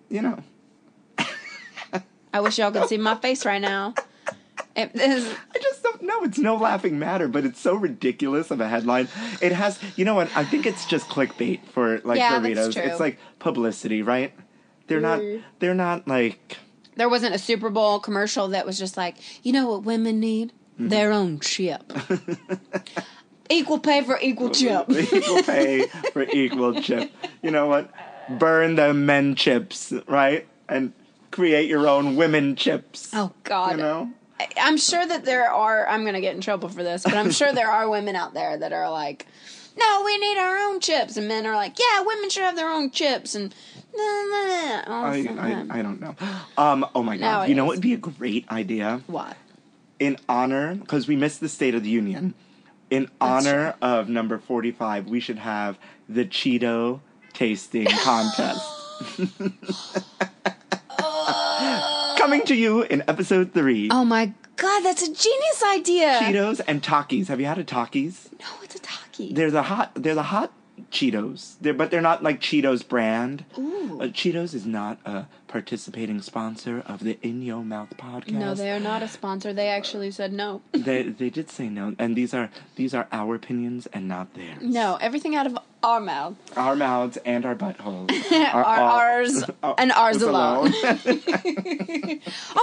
Speaker 2: You know.
Speaker 1: I wish y'all could see my face right now. It is
Speaker 2: I just don't know. It's no laughing matter, but it's so ridiculous of a headline. It has, you know what? I think it's just clickbait for like
Speaker 1: Yeah,
Speaker 2: Doritos.
Speaker 1: that's true.
Speaker 2: It's like publicity, right? They're
Speaker 1: Mm.
Speaker 2: not. They're not like.
Speaker 1: there wasn't a Super Bowl commercial that was just like, you know what women need?
Speaker 2: Mm-hmm.
Speaker 1: Their own chip. equal pay for equal chip.
Speaker 2: equal pay for equal chip. You know what? Burn the men chips, right? And create your own women chips.
Speaker 1: Oh God.
Speaker 2: You know?
Speaker 1: I- I'm sure that there are I'm gonna get in trouble for this, but I'm sure there are women out there that are like, No, we need our own chips and men are like, Yeah, women should have their own chips and nah, nah, nah.
Speaker 2: I, I, I don't know. Um, oh my God. you know
Speaker 1: Nowadays.
Speaker 2: what would be a great idea?
Speaker 1: what?
Speaker 2: in honor because we missed the State of the Union. In honor of number forty-five, we should have the Cheeto tasting contest coming to you in episode three.
Speaker 1: Oh my god, that's a genius idea.
Speaker 2: Cheetos and Takis. Have you had a Takis?
Speaker 1: No, it's a taki.
Speaker 2: They're the hot. They're the hot Cheetos. They're, but they're not like Cheetos brand.
Speaker 1: Ooh.
Speaker 2: Uh, Cheetos is not a participating sponsor of the In Your Mouth podcast.
Speaker 1: No, they are not a sponsor. They actually said no.
Speaker 2: They they did say no, and these are these are our opinions and not theirs.
Speaker 1: No, everything out of our mouth.
Speaker 2: Our mouths and our buttholes Oh,
Speaker 1: Our, ours and ours alone. Oh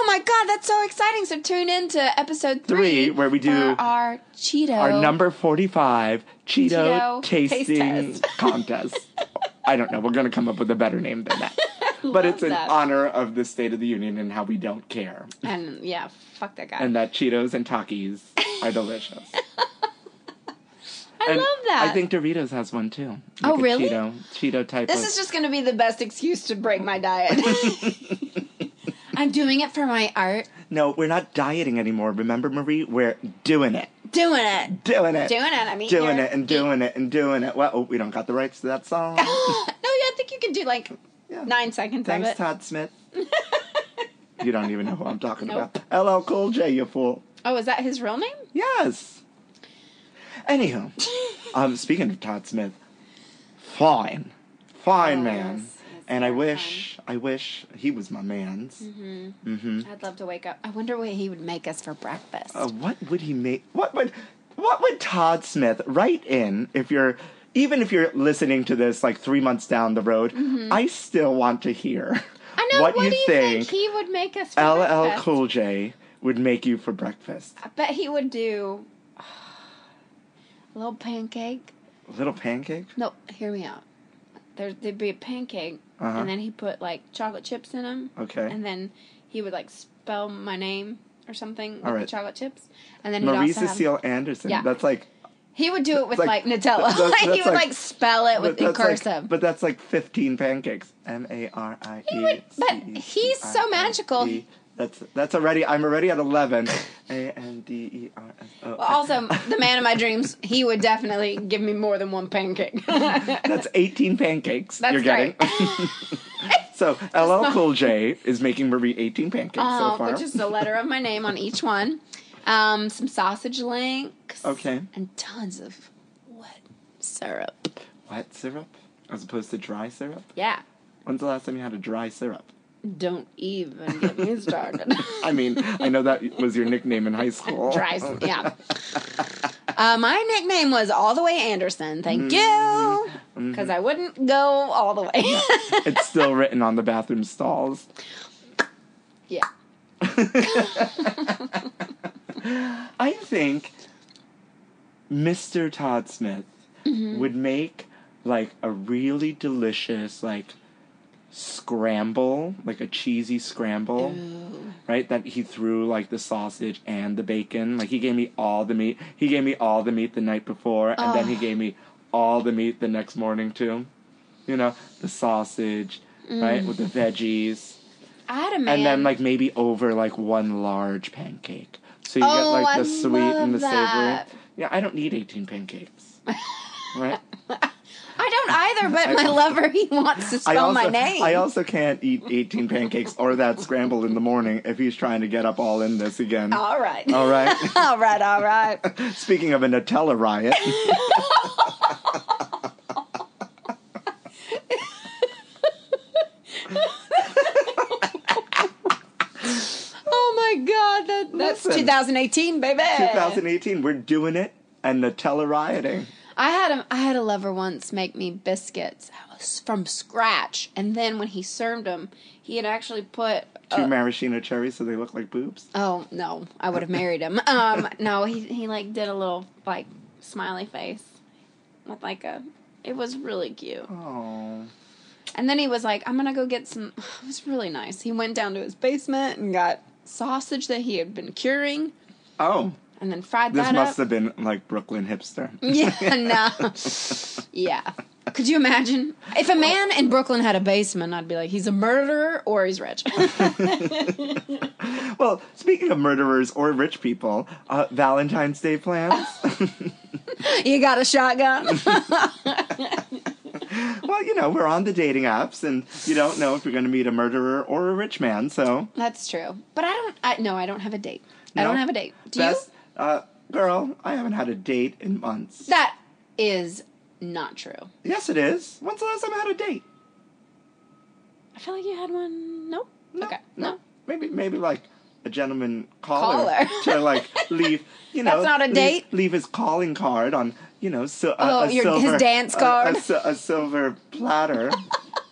Speaker 1: my god, that's so exciting. So tune in to episode three,
Speaker 2: Three, where we do
Speaker 1: for our Cheeto.
Speaker 2: Our number 45 Cheeto,
Speaker 1: Cheeto taste
Speaker 2: tasting
Speaker 1: test.
Speaker 2: contest. I don't know. We're going to come up with a better name than that. But it's in
Speaker 1: that.
Speaker 2: honor of the State of the Union and how we don't care.
Speaker 1: And yeah, fuck that guy.
Speaker 2: And that Cheetos and Takis are delicious.
Speaker 1: I
Speaker 2: And
Speaker 1: love that.
Speaker 2: I think Doritos has one too.
Speaker 1: Oh,
Speaker 2: Like a
Speaker 1: really?
Speaker 2: Cheeto, Cheeto type
Speaker 1: this
Speaker 2: of.
Speaker 1: is just going to be the best excuse to break my diet. I'm doing it for my art.
Speaker 2: No, we're not dieting anymore. Remember, Marie? We're doing it.
Speaker 1: Doing it.
Speaker 2: Doing it.
Speaker 1: Doing it. I mean,
Speaker 2: doing
Speaker 1: you're-
Speaker 2: it and doing it and doing it. Well, oh, we don't got the rights to that song.
Speaker 1: no, yeah, I think you can do like
Speaker 2: Yeah.
Speaker 1: nine seconds
Speaker 2: Thanks,
Speaker 1: of it.
Speaker 2: Todd Smith. you don't even know who I'm talking
Speaker 1: Nope.
Speaker 2: about. LL Cool J, you fool.
Speaker 1: Oh, is that his real name?
Speaker 2: Yes. Anywho, um, speaking of Todd Smith, fine, fine
Speaker 1: Oh, yes,
Speaker 2: man.
Speaker 1: yes, Mm-hmm.
Speaker 2: and I
Speaker 1: very
Speaker 2: wish, I wish he was my man's. Mm-hmm.
Speaker 1: I'd love to wake up. I wonder what he would make us for breakfast.
Speaker 2: Uh, what would he make? What would, what would Todd Smith write in if you're, even if you're listening to this like three months down the road? I still want to hear
Speaker 1: Mm-hmm. I know.
Speaker 2: what, you
Speaker 1: do you think? he would make us for
Speaker 2: LL
Speaker 1: breakfast?
Speaker 2: Cool J would make you for breakfast.
Speaker 1: I bet he would do a little pancake.
Speaker 2: A little pancake?
Speaker 1: No, hear me out. There, there'd be a pancake,
Speaker 2: Uh-huh.
Speaker 1: and then he put like chocolate chips in them.
Speaker 2: Okay.
Speaker 1: And then he would like spell my name or something with
Speaker 2: All
Speaker 1: the
Speaker 2: right.
Speaker 1: chocolate chips, and then he'd
Speaker 2: Marie
Speaker 1: also have-
Speaker 2: Cecile Anderson.
Speaker 1: Yeah.
Speaker 2: That's like
Speaker 1: he would do it with like,
Speaker 2: like-
Speaker 1: Nutella.
Speaker 2: that's- that's
Speaker 1: he would like,
Speaker 2: like-
Speaker 1: spell it with
Speaker 2: but
Speaker 1: in
Speaker 2: that's like-
Speaker 1: cursive.
Speaker 2: but that's like fifteen pancakes. M A R I E.
Speaker 1: He would- but he's so magical.
Speaker 2: C-E-I-L-E. That's that's already I'm already at eleven. A N D E R S O.
Speaker 1: But also, the man of my dreams, he would definitely give me more than one pancake.
Speaker 2: That's eighteen pancakes.
Speaker 1: That's
Speaker 2: you're getting. so LL Cool J is making Marie eighteen pancakes so
Speaker 1: Uh,
Speaker 2: far.
Speaker 1: which is the letter of my name on each one. Um, some sausage links.
Speaker 2: Okay.
Speaker 1: And tons of wet syrup.
Speaker 2: Wet syrup as opposed to dry syrup.
Speaker 1: Yeah.
Speaker 2: When's the last time you had a dry syrup?
Speaker 1: Don't even get me started.
Speaker 2: I mean, I know that was your nickname in high school.
Speaker 1: Dries. Yeah. Uh, my nickname was All the Way Anderson. Thank
Speaker 2: Mm-hmm.
Speaker 1: you. Because I wouldn't go all the way.
Speaker 2: It's still written on the bathroom stalls.
Speaker 1: yeah.
Speaker 2: I think Mr. Todd Smith would make like a really delicious like scramble, like a cheesy scramble, right? That he threw like the sausage and the bacon. Like he gave me all the meat. He gave me all the meat the night before, and then he gave me all the meat the next morning too. You know, the sausage, right, with the veggies,
Speaker 1: I had a man.
Speaker 2: and then like maybe over like one large pancake. So you
Speaker 1: Oh,
Speaker 2: get like the
Speaker 1: I
Speaker 2: sweet and the
Speaker 1: love that.
Speaker 2: savory. Yeah, I don't need eighteen pancakes. right.
Speaker 1: I don't either, but
Speaker 2: I
Speaker 1: my
Speaker 2: also-
Speaker 1: lover he wants to spell
Speaker 2: I also,
Speaker 1: my name.
Speaker 2: I also can't eat 18 pancakes or that scrambled in the morning if he's trying to get up all in this again.
Speaker 1: all right.
Speaker 2: All right.
Speaker 1: all right. All right.
Speaker 2: Speaking of a Nutella riot,
Speaker 1: Oh my God. That, that's
Speaker 2: Listen.
Speaker 1: 2018, baby.
Speaker 2: 2018, we're doing it and Nutella rioting.
Speaker 1: I had a I had a lover once make me biscuits from scratch, and then when he served them, he had actually put.
Speaker 2: Two
Speaker 1: uh,
Speaker 2: maraschino cherries so they look like boobs.
Speaker 1: oh no, I would have married him. Um, no, he he like did a little like smiley face with like a. It was really cute.
Speaker 2: Oh.
Speaker 1: And then he was like, I'm gonna go get some. It was really nice. He went down to his basement and got sausage that he had been curing,
Speaker 2: Oh.
Speaker 1: and then fried
Speaker 2: This
Speaker 1: that
Speaker 2: must
Speaker 1: up.
Speaker 2: have been like Brooklyn hipster.
Speaker 1: Yeah, no. yeah. Could you imagine? If a man in Brooklyn had a basement, I'd be like, he's a murderer or he's rich.
Speaker 2: Well, speaking of murderers or rich people, uh, Valentine's Day plans.
Speaker 1: you got a shotgun?
Speaker 2: well, you know, we're on the dating apps and you don't know if you're going to meet a murderer or a rich man, so.
Speaker 1: That's true. But I don't, I, no, I don't have a date. I
Speaker 2: No.
Speaker 1: don't have a date. Do
Speaker 2: Best,
Speaker 1: you?
Speaker 2: Uh, girl, I haven't had a date in months.
Speaker 1: That is not true.
Speaker 2: Yes, it is. When's the last time I had a date?
Speaker 1: I feel like you had one. No? okay. No.
Speaker 2: Maybe, maybe like a gentleman caller,
Speaker 1: Caller.
Speaker 2: to like leave. You know,
Speaker 1: That's not a
Speaker 2: leave-
Speaker 1: date.
Speaker 2: Leave his calling card on. You know, so a,
Speaker 1: Oh,
Speaker 2: a
Speaker 1: your- his
Speaker 2: silver,
Speaker 1: dance
Speaker 2: a-
Speaker 1: card.
Speaker 2: a, si- a silver platter.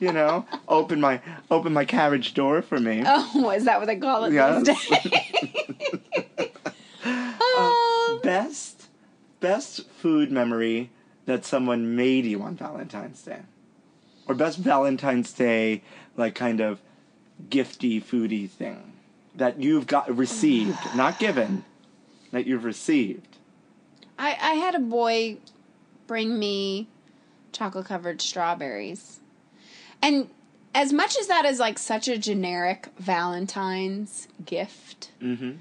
Speaker 2: you know, open my open my carriage door for me.
Speaker 1: Oh, is that what they call it
Speaker 2: Yes.
Speaker 1: these days?
Speaker 2: Uh,
Speaker 1: um,
Speaker 2: Best, best food memory that someone made you on Valentine's Day, or best Valentine's Day like kind of gifty foodie thing that you've got received, not given, that you've received.
Speaker 1: I, I had a boy bring me chocolate covered strawberries. And as much as that is like such a generic Valentine's gift,
Speaker 2: Mm-hmm.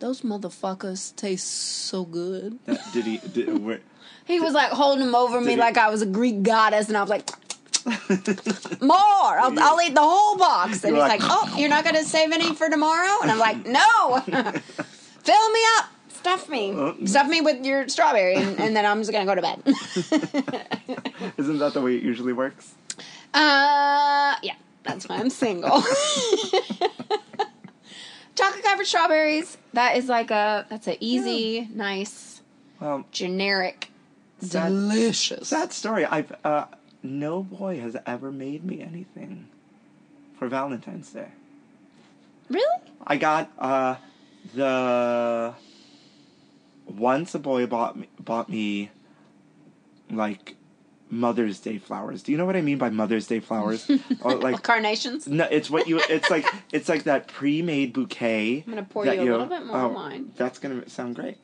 Speaker 1: those motherfuckers taste so good.
Speaker 2: Did he? Did, were,
Speaker 1: He was like holding them over me
Speaker 2: he-
Speaker 1: like I was a Greek goddess, and I was like, more! I'll, I'll eat the whole box. And
Speaker 2: You're
Speaker 1: he's
Speaker 2: like-
Speaker 1: like, oh, you're not going to save any for tomorrow? And I'm like, no! Fill me up! Stuff
Speaker 2: Oh.
Speaker 1: me. Stuff me with your strawberry, and, and then I'm just going to go to bed.
Speaker 2: isn't that the way it usually works?
Speaker 1: Uh, yeah, that's why I'm single. Chocolate covered strawberries. That is like a that's an easy, nice,
Speaker 2: Well,
Speaker 1: generic,
Speaker 2: Sad-
Speaker 1: delicious.
Speaker 2: sad story. I've uh, no boy has ever made me anything for Valentine's Day.
Speaker 1: really?
Speaker 2: I got uh the once a boy bought me, bought me like Mother's Day flowers. Do you know what I mean by Mother's Day flowers? or like
Speaker 1: Carnations.
Speaker 2: no, it's what you. It's like it's like that pre-made bouquet.
Speaker 1: I'm gonna pour
Speaker 2: that Oh,
Speaker 1: you a little bit more wine.
Speaker 2: That's gonna sound great.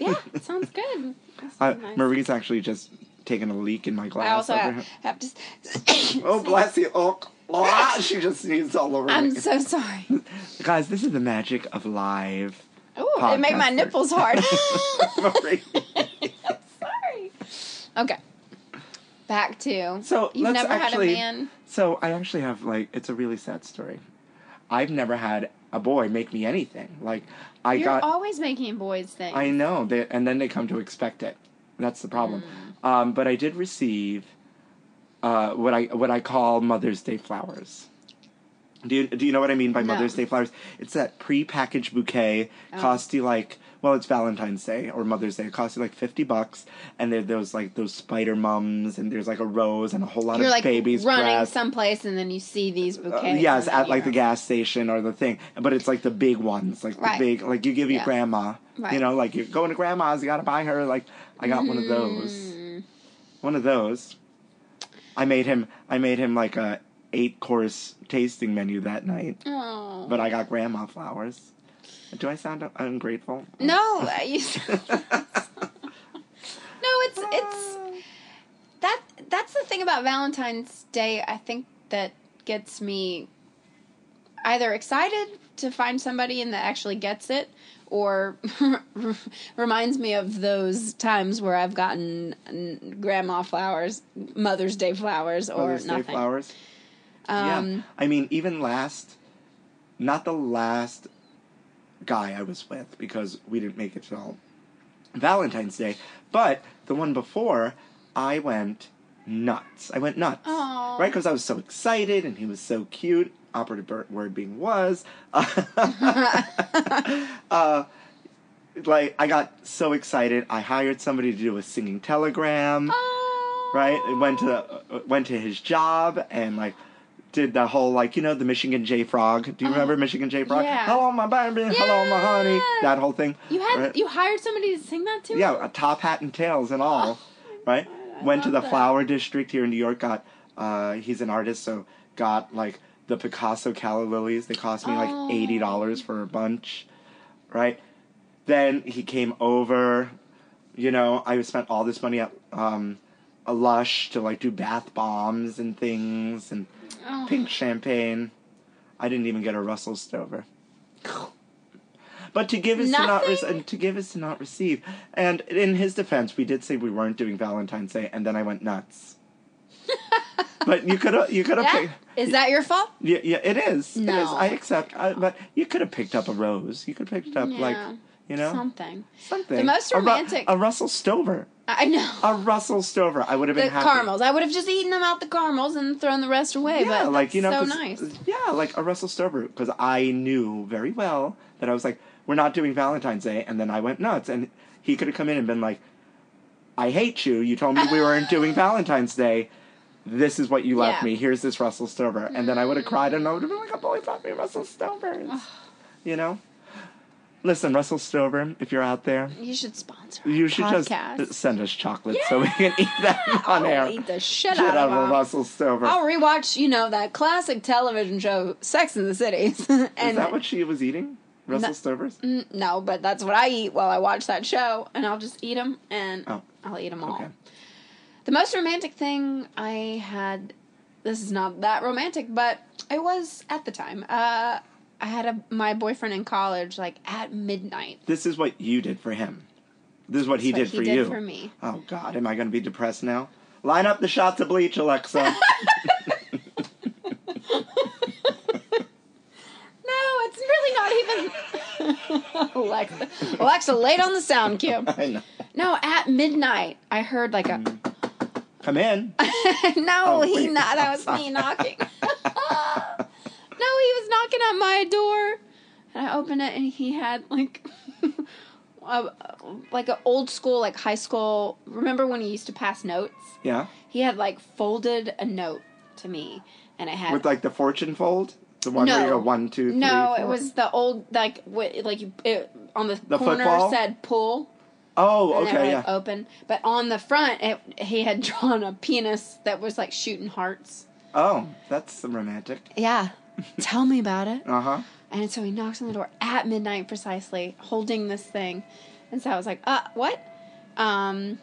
Speaker 1: Yeah, sounds good. That
Speaker 2: Uh,
Speaker 1: sounds nice.
Speaker 2: Marie's actually just taking a leak in my glass.
Speaker 1: I also
Speaker 2: over
Speaker 1: have,
Speaker 2: here.
Speaker 1: have to.
Speaker 2: Oh bless you! Oh, ah, she just sneezed all over
Speaker 1: I'm
Speaker 2: me.
Speaker 1: so sorry.
Speaker 2: Guys, this is the magic of live.
Speaker 1: Oh, it made my
Speaker 2: Podcaster.
Speaker 1: nipples hard.
Speaker 2: Marie.
Speaker 1: sorry. Okay. Back to
Speaker 2: So
Speaker 1: you've
Speaker 2: let's
Speaker 1: never
Speaker 2: actually.
Speaker 1: had a man.
Speaker 2: So I actually have like it's a really sad story. I've never had a boy make me anything. Like I
Speaker 1: You're
Speaker 2: got.
Speaker 1: always making boys think.
Speaker 2: I know they, and then they come to expect it. That's the problem.
Speaker 1: Mm.
Speaker 2: Um, but I did receive uh, what I what I call Mother's Day flowers. Do you do you know what I mean by
Speaker 1: No. Oh.
Speaker 2: Mother's Day flowers? It's that pre-packaged bouquet. Cost you like well, it's Valentine's Day or Mother's Day. It costs you like fifty bucks, and there those like those spider mums, and there's like a rose and a whole lot
Speaker 1: You're
Speaker 2: of
Speaker 1: like
Speaker 2: babies
Speaker 1: running
Speaker 2: dressed.
Speaker 1: someplace, and then you see these
Speaker 2: Uh,
Speaker 1: bouquets.
Speaker 2: yes,
Speaker 1: and
Speaker 2: at like the
Speaker 1: you're-
Speaker 2: gas station or the thing, but it's like the big ones, like
Speaker 1: Right.
Speaker 2: the big, like you give your
Speaker 1: Yeah.
Speaker 2: grandma, you
Speaker 1: Right.
Speaker 2: know, like you're going to grandma's, you gotta buy her. Like I got one of
Speaker 1: Mm.
Speaker 2: those, one of those. I made him, I made him like a eight course tasting menu that night,
Speaker 1: Oh.
Speaker 2: but I got grandma flowers. Do I sound ungrateful?
Speaker 1: No, I- you. no, it's it's that that's the thing about Valentine's Day. I think that gets me either excited to find somebody and that actually gets it, or reminds me of those times where I've gotten mm, grandma flowers, Mother's Day flowers, or
Speaker 2: Mother's Day
Speaker 1: nothing.
Speaker 2: flowers. yeah.
Speaker 1: Um,
Speaker 2: I mean, even last, not the last guy I was with because we didn't make it till Valentine's Day, but the one before, I went nuts. I went nuts.
Speaker 1: Aw.
Speaker 2: Right? Because I was so excited and he was so cute. Operative bir- word being was. uh, like, I got so excited. I hired somebody to do a singing telegram
Speaker 1: Oh.
Speaker 2: right? And went to uh, went to his job and like did the whole like you know the Michigan J Frog. Do you remember Michigan J Frog?
Speaker 1: Uh-huh. yeah.
Speaker 2: Hello, my baby. Hello, my honey.
Speaker 1: Yeah.
Speaker 2: That whole thing.
Speaker 1: You had
Speaker 2: right?
Speaker 1: you hired somebody to sing that to?
Speaker 2: yeah, a top hat and tails and all, right?
Speaker 1: I
Speaker 2: Went to
Speaker 1: love
Speaker 2: the
Speaker 1: that.
Speaker 2: flower district here in New York. Got uh, he's an artist, so got like the Picasso calla lilies. They cost me
Speaker 1: Oh.
Speaker 2: like eighty dollars for a bunch, right? Then he came over. You know, I spent all this money at um, a Lush to like do bath bombs and things and
Speaker 1: Oh.
Speaker 2: pink champagne. I didn't even get a Russell Stover. But to give is to not
Speaker 1: Nothing?
Speaker 2: re- to give is to not receive. And in his defense, we did say we weren't doing Valentine's Day, and then I went nuts. but you could have you could have
Speaker 1: Yeah? Is that your fault?
Speaker 2: yeah, yeah, it is. It is.
Speaker 1: No.
Speaker 2: I accept. I, but you could have picked up a rose. You could have picked up like
Speaker 1: Yeah.
Speaker 2: you know
Speaker 1: Something.
Speaker 2: something.
Speaker 1: The most
Speaker 2: A Ru-
Speaker 1: romantic-
Speaker 2: A, Russell Stover.
Speaker 1: I know.
Speaker 2: A Russell Stover. I would have been
Speaker 1: the
Speaker 2: happy.
Speaker 1: caramels. I would have just eaten them out the caramels and thrown the rest away.
Speaker 2: Yeah,
Speaker 1: but
Speaker 2: like you know,
Speaker 1: so
Speaker 2: 'cause-
Speaker 1: nice.
Speaker 2: Yeah, like a Russell Stover because I knew very well that I was like, we're not doing Valentine's Day, and then I went nuts, and he could have come in and been like, I hate you. You told me we weren't doing Valentine's Day. This is what you left
Speaker 1: Yeah.
Speaker 2: me. Here's this Russell Stover, and then I would have cried, and I would have been like, I've always loved me Russell Stovers. you know. Listen, Russell Stover, if you're out there,
Speaker 1: You should sponsor. our
Speaker 2: you should
Speaker 1: podcast.
Speaker 2: just send us chocolate so we can eat that on
Speaker 1: I'll
Speaker 2: air.
Speaker 1: eat the shit,
Speaker 2: Shit
Speaker 1: out,
Speaker 2: out
Speaker 1: of
Speaker 2: of a
Speaker 1: them.
Speaker 2: Russell Stover.
Speaker 1: I'll rewatch, you know, that classic television show, Sex in the City.
Speaker 2: Is
Speaker 1: and
Speaker 2: that what she was eating? Russell
Speaker 1: No.
Speaker 2: Stovers?
Speaker 1: Mm, no, but that's what I eat while I watch that show, and I'll just eat them, and
Speaker 2: Oh.
Speaker 1: I'll eat them all.
Speaker 2: Okay.
Speaker 1: The most romantic thing I had, this is not that romantic, but it was at the time. Uh, I had a, my boyfriend in college, like at midnight.
Speaker 2: This is what you did for him. This is what he
Speaker 1: That's what
Speaker 2: did
Speaker 1: he did
Speaker 2: for you.
Speaker 1: for me.
Speaker 2: Oh God, am I going to be depressed now? Line up the shots of bleach, Alexa.
Speaker 1: No, it's really not even. Alexa, Alexa, late on the sound cue.
Speaker 2: I know.
Speaker 1: No, at midnight, I heard like a.
Speaker 2: Come
Speaker 1: no,
Speaker 2: in. Oh,
Speaker 1: he
Speaker 2: wait.
Speaker 1: not. That was me knocking. no, he was knocking at my door, and I opened it, and he had like, a, like an old school, like high school. Remember when he used to pass notes?
Speaker 2: Yeah,
Speaker 1: He had like folded a note to me, and it had
Speaker 2: with like the fortune fold, the one where you
Speaker 1: No.
Speaker 2: go one, two, three,
Speaker 1: no, it
Speaker 2: four.
Speaker 1: was the old like what like you it, on the,
Speaker 2: The
Speaker 1: corner
Speaker 2: football?
Speaker 1: said pull.
Speaker 2: Oh,
Speaker 1: And they were,
Speaker 2: okay, yeah.
Speaker 1: like, Open, but on the front, it, he had drawn a penis that was like shooting hearts.
Speaker 2: Oh, that's romantic.
Speaker 1: Yeah. Tell me about it.
Speaker 2: Uh huh.
Speaker 1: And so he knocks on the door at midnight precisely, holding this thing. And so I was like, uh, what? Um,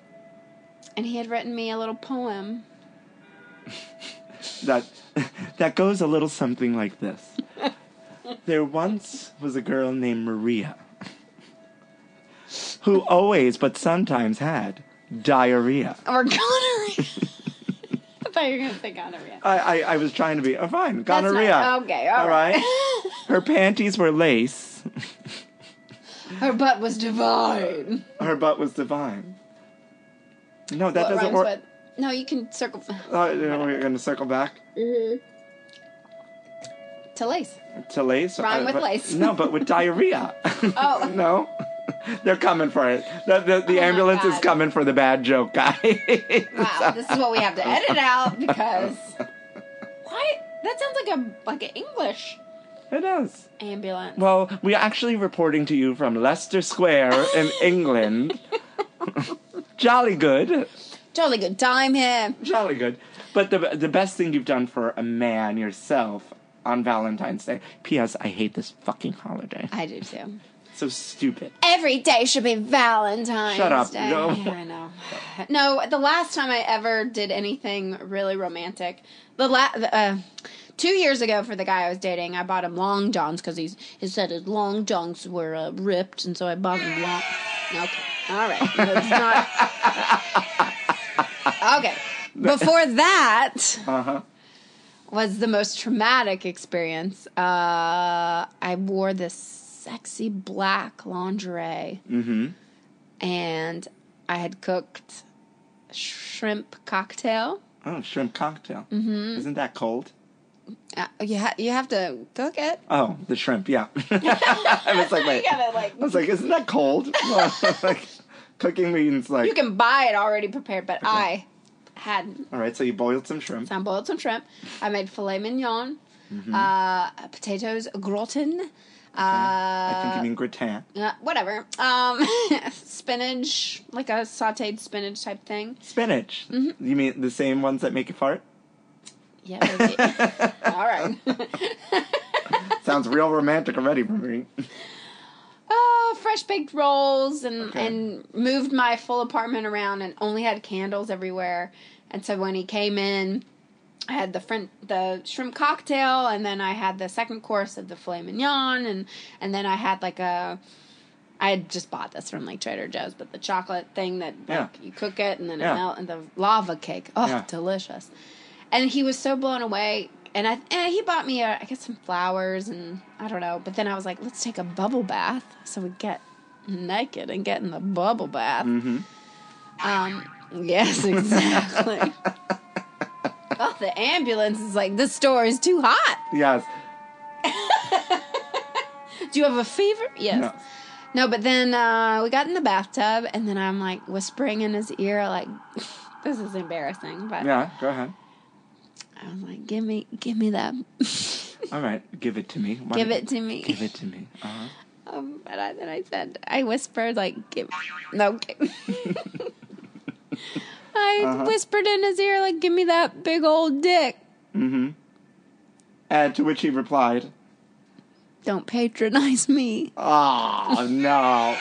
Speaker 1: and he had written me a little poem.
Speaker 2: that that goes a little something like this. there once was a girl named Maria who always but sometimes had diarrhea.
Speaker 1: Or gonorrhea. I thought you were going to say gonorrhea.
Speaker 2: I, I, I was trying to be oh fine,
Speaker 1: That's
Speaker 2: gonorrhea.
Speaker 1: Not, okay, all
Speaker 2: all
Speaker 1: right.
Speaker 2: right. Her panties were lace.
Speaker 1: Her butt was divine.
Speaker 2: Her butt was divine. No, that
Speaker 1: What
Speaker 2: doesn't
Speaker 1: rhymes
Speaker 2: work.
Speaker 1: with- No, you can circle.
Speaker 2: Oh, we're gonna circle back
Speaker 1: to lace.
Speaker 2: to lace. Uh,
Speaker 1: Rhyme with
Speaker 2: but-
Speaker 1: lace.
Speaker 2: No, but with diarrhea.
Speaker 1: Oh.
Speaker 2: no. They're coming for it. The, the, the
Speaker 1: my
Speaker 2: ambulance is
Speaker 1: God.
Speaker 2: coming for the bad joke guy.
Speaker 1: Wow, this is what we have to edit out because. Why? That sounds like a like an English
Speaker 2: It is.
Speaker 1: ambulance.
Speaker 2: Well, we are actually reporting to you from Leicester Square in England. Jolly good.
Speaker 1: Totally good time here.
Speaker 2: Jolly good. But the the best thing you've done for a man yourself on Valentine's Day. P.S. I hate this fucking holiday.
Speaker 1: I do too.
Speaker 2: So stupid.
Speaker 1: Every day should be Valentine's
Speaker 2: Shut up,
Speaker 1: Day.
Speaker 2: no.
Speaker 1: Yeah, I know. No, the last time I ever did anything really romantic, the la- the, uh, two years ago for the guy I was dating, I bought him long johns because he's he said his long johns were uh, ripped, and so I bought him long. Okay, all right. It's not- okay. Before that
Speaker 2: Uh huh.
Speaker 1: was the most traumatic experience. Uh, I wore this sexy black lingerie,
Speaker 2: Mm-hmm.
Speaker 1: and I had cooked shrimp cocktail.
Speaker 2: Oh, shrimp cocktail. Mm-hmm. Isn't that cold?
Speaker 1: Uh, you ha- you have to cook it.
Speaker 2: Oh, the shrimp. Yeah. I was like, wait. I
Speaker 1: like
Speaker 2: was like, isn't that cold? like, cooking means like.
Speaker 1: you can buy it already prepared, but I hadn't.
Speaker 2: All right, so you boiled some shrimp.
Speaker 1: So I boiled some shrimp. I made filet mignon,
Speaker 2: Mm-hmm.
Speaker 1: uh, potatoes gratin. Uh,
Speaker 2: I think you mean gratin.
Speaker 1: uh, whatever. Um, spinach, like a sauteed spinach type thing.
Speaker 2: Spinach.
Speaker 1: mm-hmm.
Speaker 2: You mean the same ones that make you fart?
Speaker 1: Yeah. baby. All right.
Speaker 2: Sounds real romantic already for me.
Speaker 1: Oh, fresh baked rolls and
Speaker 2: Okay.
Speaker 1: and moved my full apartment around and only had candles everywhere. And so when he came in, I had the front the shrimp cocktail and then I had the second course of the filet mignon and and then I had like a I had just bought this from like Trader Joe's, but the chocolate thing that like,
Speaker 2: Yeah.
Speaker 1: you cook it and then
Speaker 2: Yeah.
Speaker 1: it melts, and the lava cake, oh,
Speaker 2: Yeah.
Speaker 1: delicious! And he was so blown away, and I and he bought me a, I guess some flowers and I don't know, but then I was like, let's take a bubble bath, so we get naked and get in the bubble bath.
Speaker 2: Mhm.
Speaker 1: Um, yes, exactly. oh, the ambulance is like this store is too hot.
Speaker 2: Yes.
Speaker 1: Do you have a fever? Yes.
Speaker 2: No.
Speaker 1: No, but then uh, we got in the bathtub, and then I'm like whispering in his ear, like, "This is embarrassing." But
Speaker 2: Yeah, go ahead.
Speaker 1: I was like, "Give me, give me that,
Speaker 2: All right, give it to me. Why
Speaker 1: give
Speaker 2: don't-
Speaker 1: it to me."
Speaker 2: Give it to me. Uh-huh.
Speaker 1: Um, but I, then I said, I whispered, like, "Give no." gi- I whispered in his ear, like, "Give me that big old dick."
Speaker 2: Mm-hmm. And to which he replied,
Speaker 1: Don't patronize me.
Speaker 2: "Oh no."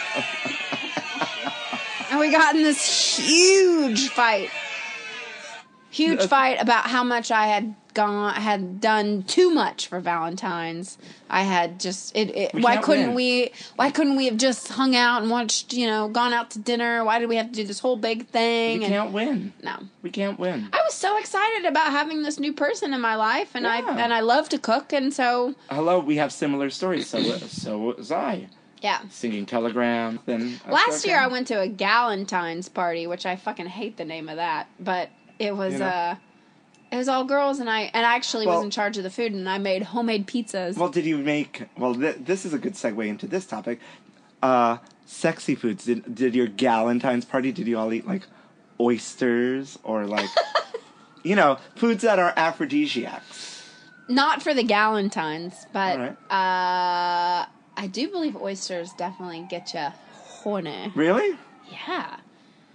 Speaker 1: And we got in this huge fight. Huge
Speaker 2: That's-
Speaker 1: fight about how much I had gone had done too much for Valentine's. I had just it, it
Speaker 2: We
Speaker 1: why
Speaker 2: can't
Speaker 1: couldn't
Speaker 2: win.
Speaker 1: we why couldn't we have just hung out and watched, you know, gone out to dinner? Why did we have to do this whole big thing?
Speaker 2: We
Speaker 1: And-
Speaker 2: can't win.
Speaker 1: no.
Speaker 2: We can't win.
Speaker 1: I was so excited about having this new person in my life and
Speaker 2: Yeah.
Speaker 1: I and I love to cook and so
Speaker 2: Hello, we have similar stories. So uh, so was I
Speaker 1: yeah.
Speaker 2: singing telegram. Then uh,
Speaker 1: Last year I went to a Galentine's party, which I fucking hate the name of that, but it was
Speaker 2: You know?
Speaker 1: uh it was all girls and I and I actually
Speaker 2: Well-
Speaker 1: was in charge of the food and I made homemade pizzas.
Speaker 2: Well, did you make? Well, th- this is a good segue into this topic. Uh, sexy foods. Did did your Galentine's party? Did you all eat like oysters or like, you know, foods that are aphrodisiacs?
Speaker 1: Not for the Galentine's, but
Speaker 2: All
Speaker 1: uh I do believe oysters definitely get you horny.
Speaker 2: Really?
Speaker 1: Yeah.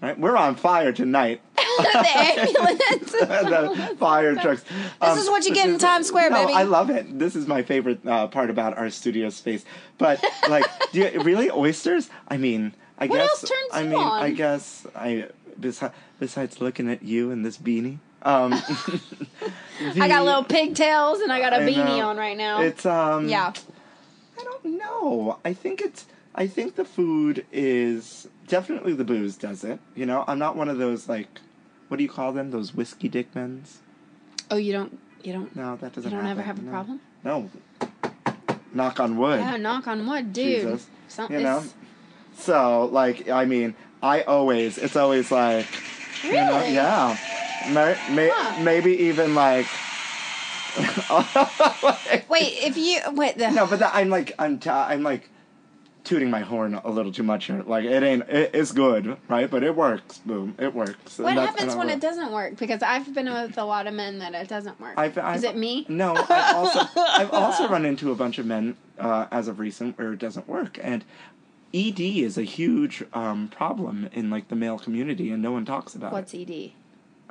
Speaker 2: Right? We're on fire tonight.
Speaker 1: the ambulance.
Speaker 2: the fire trucks.
Speaker 1: This is what you get in Times Square,
Speaker 2: no,
Speaker 1: baby.
Speaker 2: I love it. This is my favorite uh, part about our studio space. But like, do you, really oysters? I mean, I
Speaker 1: What
Speaker 2: guess.
Speaker 1: else turns
Speaker 2: I
Speaker 1: you
Speaker 2: mean,
Speaker 1: on?
Speaker 2: I guess I besides, besides looking at you and this beanie. Um,
Speaker 1: I got
Speaker 2: the-
Speaker 1: little pigtails and I got a
Speaker 2: I
Speaker 1: beanie
Speaker 2: know.
Speaker 1: on right now.
Speaker 2: uh, It's um.
Speaker 1: yeah.
Speaker 2: I don't know. I think it's. I think the food is definitely the booze does it. You know, I'm not one of those like, what do you call them? Those whiskey dickmans.
Speaker 1: Oh, you don't you don't
Speaker 2: No, that doesn't.
Speaker 1: you don't
Speaker 2: happen.
Speaker 1: ever have a
Speaker 2: No.
Speaker 1: problem?
Speaker 2: No. Knock on wood.
Speaker 1: Yeah, knock on wood, dude.
Speaker 2: Jesus.
Speaker 1: Some-
Speaker 2: you know.
Speaker 1: it's-
Speaker 2: So like, I mean, I always. It's always like.
Speaker 1: Really?
Speaker 2: You know, yeah. May, may,
Speaker 1: Huh.
Speaker 2: Maybe even like.
Speaker 1: Wait, if you wait the
Speaker 2: No, but that, I'm like I'm t- I'm like tooting my horn a little too much here. Like it ain't it, it's good, right? But it works. Boom, it works. And
Speaker 1: what
Speaker 2: that's
Speaker 1: happens
Speaker 2: kinda
Speaker 1: when
Speaker 2: what-
Speaker 1: it doesn't work? Because I've been with a lot of men that it doesn't work.
Speaker 2: I've, I've,
Speaker 1: Is it me?
Speaker 2: No, I've also, I've also run into a bunch of men uh, as of recent where it doesn't work, and E ED is a huge um, problem in like the male community, and no one talks about
Speaker 1: What's
Speaker 2: it.
Speaker 1: ED?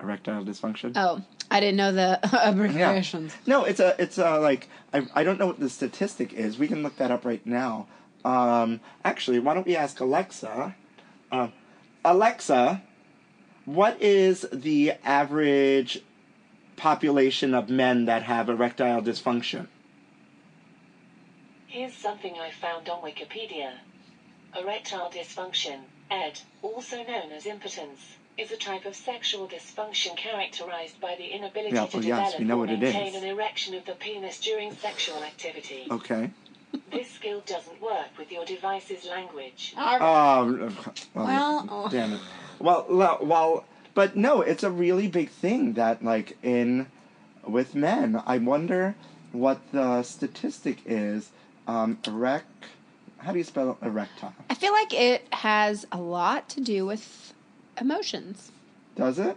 Speaker 2: erectile dysfunction.
Speaker 1: Oh, I didn't know the
Speaker 2: Yeah.
Speaker 1: abbreviations.
Speaker 2: No, it's a it's a like I I don't know what the statistic is. We can look that up right now. Um, actually, why don't we ask Alexa? Uh, Alexa, what is the average population of men that have erectile dysfunction?
Speaker 3: Here's something I found on Wikipedia. Erectile dysfunction, ED, also known as impotence, is a type of sexual dysfunction characterized by the inability
Speaker 2: Yeah,
Speaker 3: to
Speaker 2: well, yes,
Speaker 3: develop
Speaker 2: we know
Speaker 3: or
Speaker 2: what it
Speaker 3: maintain
Speaker 2: is. Oh.
Speaker 3: an erection of the penis during sexual activity.
Speaker 2: Okay.
Speaker 3: This skill doesn't work with your device's language.
Speaker 1: All right.
Speaker 2: Um, well,
Speaker 1: Well, oh.
Speaker 2: damn it. Well, lo- well, but no, it's a really big thing that like in with men. I wonder what the statistic is. Um, erect. How do you spell erectile?
Speaker 1: I feel like it has a lot to do with emotions.
Speaker 2: Does it?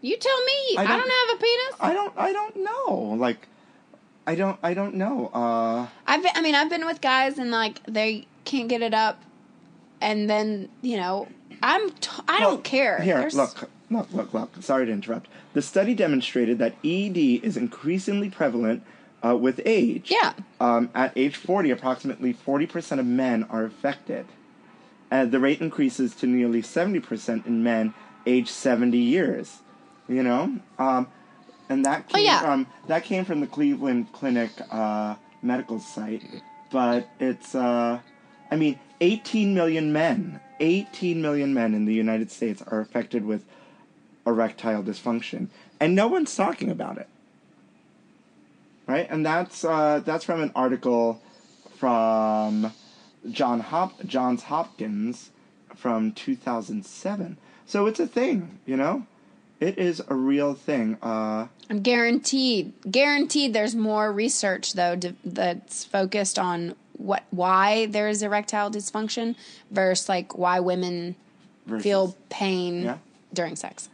Speaker 1: You tell me.
Speaker 2: I
Speaker 1: I don't,
Speaker 2: don't-
Speaker 1: have a penis.
Speaker 2: I don't. I don't know. Like, I don't. I don't know. Uh,
Speaker 1: I've been, I mean, I've been with guys and like they can't get it up, and then you know, I'm t- I
Speaker 2: Well,
Speaker 1: don't care.
Speaker 2: Here,
Speaker 1: There's-
Speaker 2: look, look, look, look. Sorry to interrupt. The study demonstrated that ED is increasingly prevalent uh, with age.
Speaker 1: Yeah.
Speaker 2: Um, at age 40, approximately 40% of men are affected. And the rate increases to nearly 70% in men aged 70 years. You know? Um, and that came
Speaker 1: yeah.
Speaker 2: from that came from the Cleveland Clinic uh, medical site, but it's uh, I mean 18 million men, 18 million men in the United States are affected with erectile dysfunction, and no one's talking about it, right? And that's uh, that's from an article from John Hop Johns Hopkins from 2007. So it's a thing, you know. It is a real thing. Uh,
Speaker 1: I'm guaranteed. Guaranteed. There's more research though d- that's focused on what why there is erectile dysfunction versus like why women
Speaker 2: versus-
Speaker 1: feel pain
Speaker 2: Yeah.
Speaker 1: during sex.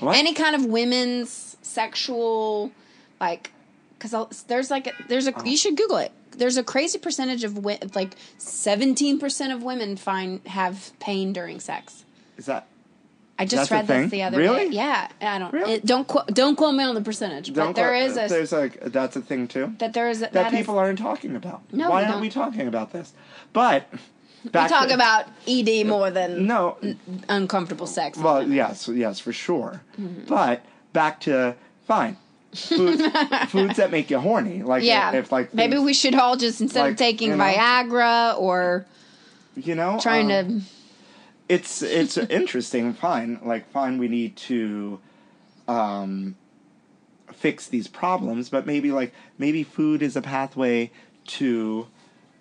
Speaker 2: What?
Speaker 1: Any kind of women's sexual, like, because there's like a, there's
Speaker 2: Oh.
Speaker 1: a you should Google it. There's a crazy percentage of wi- like seventeen percent of women find have pain during sex.
Speaker 2: is that
Speaker 1: I just
Speaker 2: That's a
Speaker 1: read
Speaker 2: thing?
Speaker 1: this the other
Speaker 2: Really?
Speaker 1: day. Yeah, I don't
Speaker 2: Really?
Speaker 1: it, don't quote don't quote me on the percentage, but there
Speaker 2: quite-
Speaker 1: is a
Speaker 2: there's like that's a thing too
Speaker 1: that there is a,
Speaker 2: that,
Speaker 1: that is-
Speaker 2: people aren't talking about.
Speaker 1: No,
Speaker 2: Why
Speaker 1: we
Speaker 2: aren't
Speaker 1: don't.
Speaker 2: we talking about this? But
Speaker 1: we
Speaker 2: back
Speaker 1: talk
Speaker 2: to-
Speaker 1: about ED more than
Speaker 2: no.
Speaker 1: uncomfortable sex.
Speaker 2: Well, yes, yes, for sure.
Speaker 1: Mm-hmm.
Speaker 2: But back to fine foods, foods that make you horny. Like
Speaker 1: yeah,
Speaker 2: if like
Speaker 1: maybe
Speaker 2: things-
Speaker 1: we should all just instead
Speaker 2: like,
Speaker 1: of taking
Speaker 2: you know,
Speaker 1: Viagra or
Speaker 2: you know
Speaker 1: trying
Speaker 2: um,
Speaker 1: to
Speaker 2: it's it's interesting. Fine, like fine, we need to um, fix these problems, but maybe like maybe food is a pathway to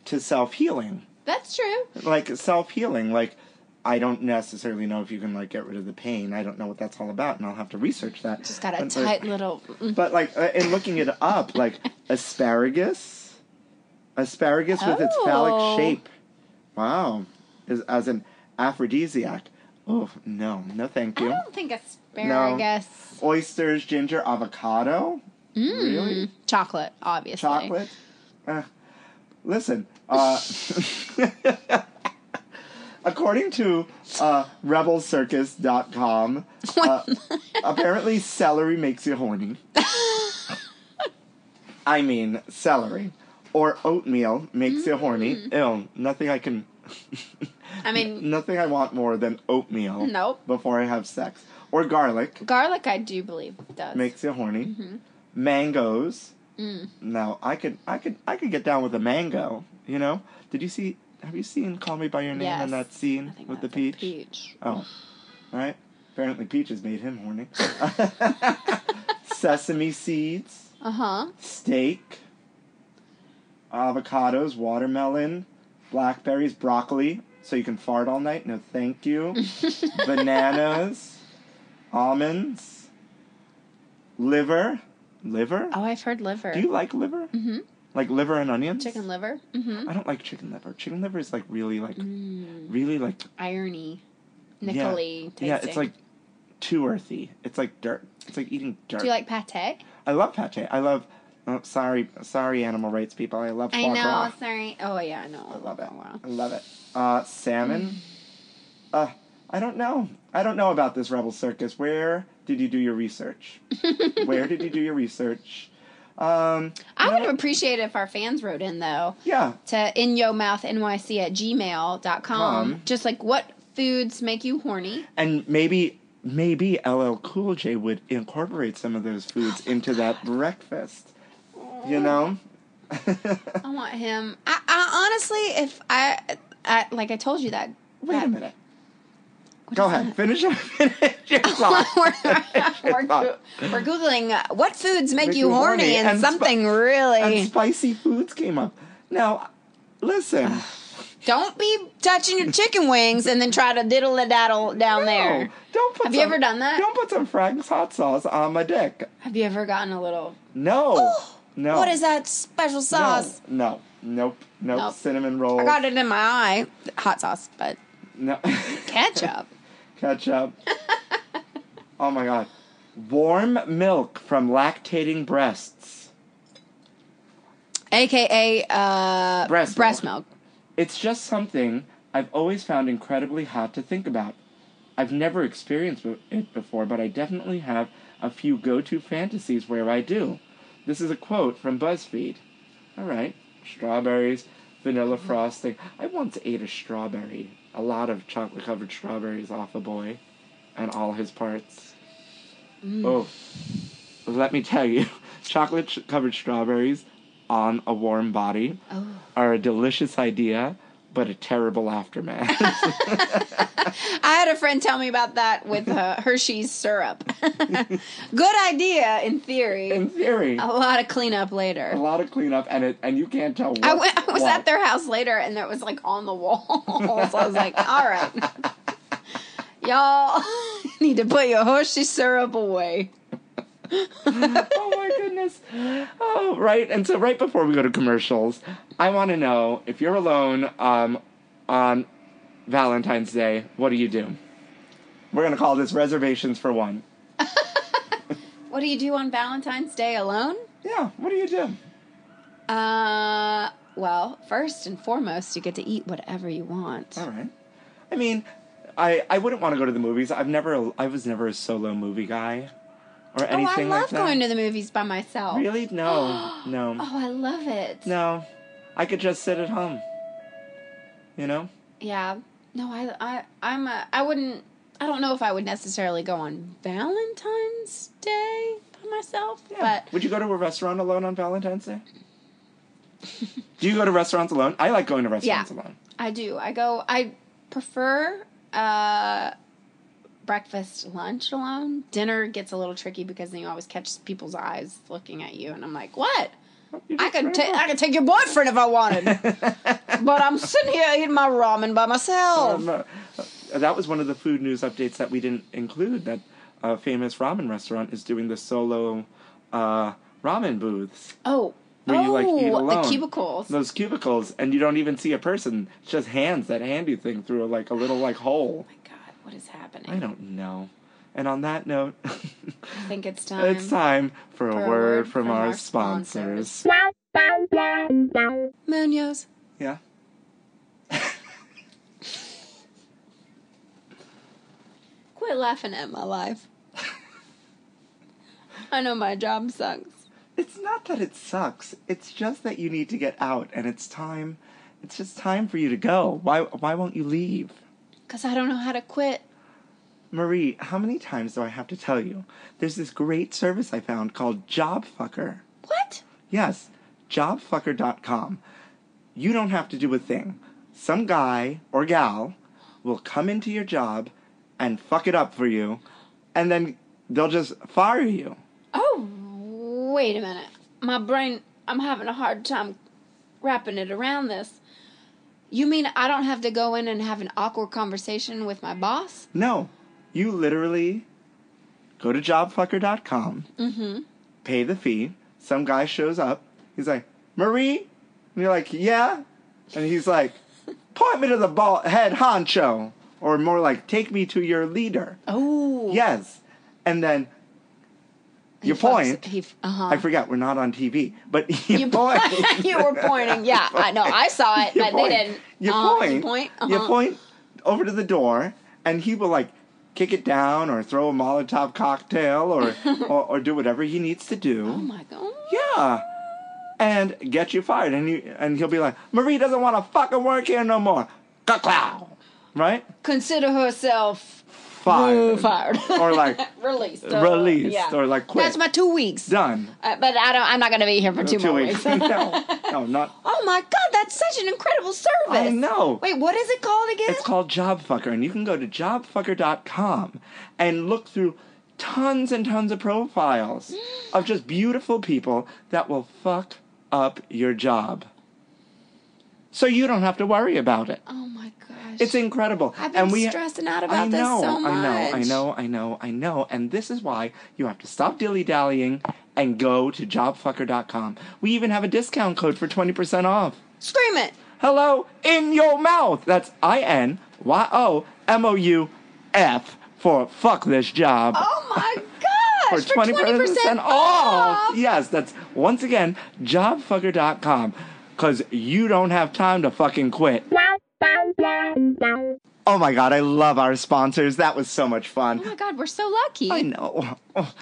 Speaker 2: to self healing,
Speaker 1: That's true.
Speaker 2: like self healing. Like I don't necessarily know if you can like get rid of the pain. I don't know what that's all about, and I'll have to research that.
Speaker 1: Just got a
Speaker 2: But, like,
Speaker 1: tight little.
Speaker 2: but like uh, in looking it up, like asparagus, asparagus with its phallic
Speaker 1: Oh.
Speaker 2: shape. Wow, is as an aphrodisiac. Oh no, no, thank
Speaker 1: I
Speaker 2: you.
Speaker 1: don't think asparagus.
Speaker 2: Oysters, ginger, avocado, really,
Speaker 1: Chocolate, obviously.
Speaker 2: chocolate. Uh, listen, uh, according to uh, RebelCircus.com, uh, apparently celery makes you horny. I mean, celery or oatmeal makes you horny. Ew, nothing I can.
Speaker 1: Mm. I mean,
Speaker 2: nothing I want more than oatmeal.
Speaker 1: Nope.
Speaker 2: Before I have sex, or garlic
Speaker 1: garlic, I do believe does.
Speaker 2: makes you horny.
Speaker 1: Mm-hmm.
Speaker 2: Mangoes.
Speaker 1: Mm.
Speaker 2: Now I could, I could, I could get down with a mango. You know? Did you see? Have you seen "Call Me by Your Name" in
Speaker 1: Yes.
Speaker 2: that
Speaker 1: I
Speaker 2: scene
Speaker 1: think
Speaker 2: with the
Speaker 1: that's a
Speaker 2: peach? Oh, all right. Apparently, peaches made him horny. Sesame seeds,
Speaker 1: Uh huh.
Speaker 2: steak, avocados, watermelon, blackberries, broccoli, so you can fart all night. No, thank you. Bananas, almonds, liver, liver.
Speaker 1: Oh, I've heard liver.
Speaker 2: Do you like liver? Mm-hmm. Like liver and onions?
Speaker 1: Chicken liver. Mm-hmm.
Speaker 2: I don't like chicken liver. Chicken liver is like really like
Speaker 1: Mm.
Speaker 2: really like
Speaker 1: Irony.
Speaker 2: yeah.
Speaker 1: Nicolay.
Speaker 2: Yeah,
Speaker 1: tasting.
Speaker 2: it's like too earthy. It's like dirt. It's like eating dirt.
Speaker 1: Do you like pate?
Speaker 2: I love pate. I love. Oh, sorry, sorry, animal rights people. I love.
Speaker 1: I know.
Speaker 2: foie gras.
Speaker 1: Sorry. Oh yeah, I know.
Speaker 2: I love it.
Speaker 1: Oh, wow.
Speaker 2: I love it. Uh, salmon. Uh, I don't know. I don't know about this Rebel Circus. Where did you do your research? Where did you do your research? Um,
Speaker 1: I would have appreciated if our fans wrote in though
Speaker 2: yeah.
Speaker 1: to in yo mouth nyc at gmail dot com.
Speaker 2: Com.
Speaker 1: Just like what foods make you horny?
Speaker 2: And maybe maybe LL Cool J would incorporate some of those foods into that breakfast. You know?
Speaker 1: I want him. I, I honestly, if I, I like I told you that.
Speaker 2: Wait
Speaker 1: that-
Speaker 2: a minute. Go ahead. Finish your finish your
Speaker 1: we're,
Speaker 2: thought.
Speaker 1: we're, go- we're googling uh, what foods make, you horny, and,
Speaker 2: spi-
Speaker 1: something really.
Speaker 2: and spicy foods came up. Now, listen.
Speaker 1: Don't be touching your chicken wings and then try to diddle a daddle down
Speaker 2: No,
Speaker 1: there.
Speaker 2: don't put
Speaker 1: Have you
Speaker 2: some-
Speaker 1: ever done that?
Speaker 2: Don't put some Frank's hot sauce on my dick.
Speaker 1: Have you ever gotten a little?
Speaker 2: No. no.
Speaker 1: Oh, What is that special sauce?
Speaker 2: No. no. Nope. Nope.
Speaker 1: Nope.
Speaker 2: Cinnamon rolls.
Speaker 1: I got it in my eye. Hot sauce, but
Speaker 2: No.
Speaker 1: ketchup.
Speaker 2: Ketchup. oh my god. Warm milk from lactating breasts.
Speaker 1: AKA uh,
Speaker 2: Breast
Speaker 1: milk.
Speaker 2: It's just something I've always found incredibly hot to think about. I've never experienced it before, but I definitely have a few go to fantasies where I do. This is a quote from BuzzFeed. All right, strawberries, vanilla frosting. I once ate a strawberry, a lot of chocolate covered strawberries off a boy and all his parts. Oh, let me tell you, chocolate covered strawberries on a warm body are a delicious idea, but a terrible aftermath.
Speaker 1: I had a friend tell me about that with uh, Hershey's syrup. Good idea in theory.
Speaker 2: In theory,
Speaker 1: A lot of cleanup later.
Speaker 2: a lot of cleanup, and it and you can't tell. What,
Speaker 1: I, went, I was
Speaker 2: what.
Speaker 1: at their house later, and it was like on the wall. so I was like, "All right, y'all need to put your Hershey syrup away."
Speaker 2: oh my goodness. Oh, right. And so right before we go to commercials, I want to know if you're alone um, on Valentine's Day, what do you do? We're gonna call this reservations for one.
Speaker 1: What do you do on Valentine's Day alone?
Speaker 2: Yeah. What do you do?
Speaker 1: Uh, well, first and foremost, you get to eat whatever you want.
Speaker 2: All right. I mean, I I wouldn't want to go to the movies. I've never I was never a solo movie guy
Speaker 1: Oh,
Speaker 2: or
Speaker 1: I
Speaker 2: anything like
Speaker 1: love
Speaker 2: that.
Speaker 1: going to the movies by myself.
Speaker 2: Really? No. no.
Speaker 1: Oh, I love it.
Speaker 2: No, I could just sit at home. You know?
Speaker 1: Yeah. No, I, I, I'm a, I wouldn't, I don't know if I would necessarily go on Valentine's Day by myself,
Speaker 2: Yeah.
Speaker 1: but
Speaker 2: Would you go to a restaurant alone on Valentine's Day? Do you go to restaurants alone? I like going to restaurants
Speaker 1: Yeah.
Speaker 2: alone.
Speaker 1: I do. I go, I prefer, uh, breakfast, lunch alone. Dinner gets a little tricky because then you always catch people's eyes looking at you and I'm like, what?
Speaker 2: You
Speaker 1: I
Speaker 2: just
Speaker 1: could
Speaker 2: drive
Speaker 1: take,
Speaker 2: up.
Speaker 1: I could take your boyfriend if I wanted, but I'm sitting here eating my ramen by myself.
Speaker 2: Um, uh, that was one of the food news updates that we didn't include. That a famous ramen restaurant is doing the solo uh, ramen booths.
Speaker 1: oh.
Speaker 2: Where
Speaker 1: oh,
Speaker 2: you like eat alone.
Speaker 1: the cubicles.
Speaker 2: Those cubicles, and you don't even see a person. It's just hands that hand you thing through like a little like hole.
Speaker 1: my God, what is happening?
Speaker 2: I don't know. And on that note,
Speaker 1: I think it's time.
Speaker 2: It's time for a word, from, our, sponsors.
Speaker 1: Munoz.
Speaker 2: Yeah.
Speaker 1: Quit laughing at my life. I know my job sucks.
Speaker 2: It's not that it sucks. It's just that you need to get out and it's time it's just time for you to go. Why why won't you leave?
Speaker 1: Because I don't know how to quit.
Speaker 2: Marie, how many times do I have to tell you? There's this great service I found called Jobfucker.
Speaker 1: What?
Speaker 2: Yes, jobfucker.com. You don't have to do a thing. Some guy or gal will come into your job and fuck it up for you, and then they'll just fire you.
Speaker 1: Oh, wait a minute. My brain, I'm having a hard time wrapping it around this. You mean I don't have to go in and have an awkward conversation with my boss?
Speaker 2: No, you literally go to jobfucker.com, pay the fee. Some guy shows up. He's like, Marie? And you're like, yeah? And he's like, point me to the ball- head honcho. Or more like, take me to your leader.
Speaker 1: Oh.
Speaker 2: Yes. And then
Speaker 1: He
Speaker 2: your
Speaker 1: fucks-
Speaker 2: point.
Speaker 1: He, f- uh-huh.
Speaker 2: I forgot we're not on TV, but your
Speaker 1: You,
Speaker 2: point.
Speaker 1: you were pointing. Yeah, I know. I saw it,
Speaker 2: your
Speaker 1: but
Speaker 2: point.
Speaker 1: they didn't.
Speaker 2: Your
Speaker 1: Uh-huh,
Speaker 2: point.
Speaker 1: Your point.
Speaker 2: Your
Speaker 1: uh-huh.
Speaker 2: point over to the door, and he will like kick it down or throw a Molotov cocktail or, or, or do whatever he needs to do.
Speaker 1: Oh my god.
Speaker 2: Yeah. And get you fired. And you and he'll be like, Marie doesn't want to fucking work here no more. Ka-clow. Right?
Speaker 1: Consider herself
Speaker 2: Fired.
Speaker 1: ooh, fired.
Speaker 2: Or like
Speaker 1: released. Uh,
Speaker 2: released. Or like quit.
Speaker 1: That's my two weeks.
Speaker 2: Done.
Speaker 1: Uh, but I don't. I'm not going to be here for
Speaker 2: Uh,
Speaker 1: two, more weeks.
Speaker 2: no. No, not
Speaker 1: oh my god, that's such an incredible service.
Speaker 2: I know.
Speaker 1: Wait, what is it called again?
Speaker 2: It's called Jobfucker, and you can go to jobfucker.com and look through tons and tons of profiles of just beautiful people that will fuck up your job. So you don't have to worry about it.
Speaker 1: oh my gosh.
Speaker 2: It's incredible.
Speaker 1: I've been stressing out about
Speaker 2: I
Speaker 1: this
Speaker 2: know,
Speaker 1: so much.
Speaker 2: I know, I know, I know, I know. And this is why you have to stop dilly dallying and go to jobfucker.com. We even have a discount code for 20% off.
Speaker 1: Scream it.
Speaker 2: Hello in your mouth. That's I N Y O M O U F for fuck this job.
Speaker 1: Oh my gosh. For 20% off. Oh
Speaker 2: Yes, that's once again jobfucker.com cuz you don't have time to fucking quit. Oh my god, I love our sponsors. That was so much fun.
Speaker 1: Oh my god, we're so lucky.
Speaker 2: I know.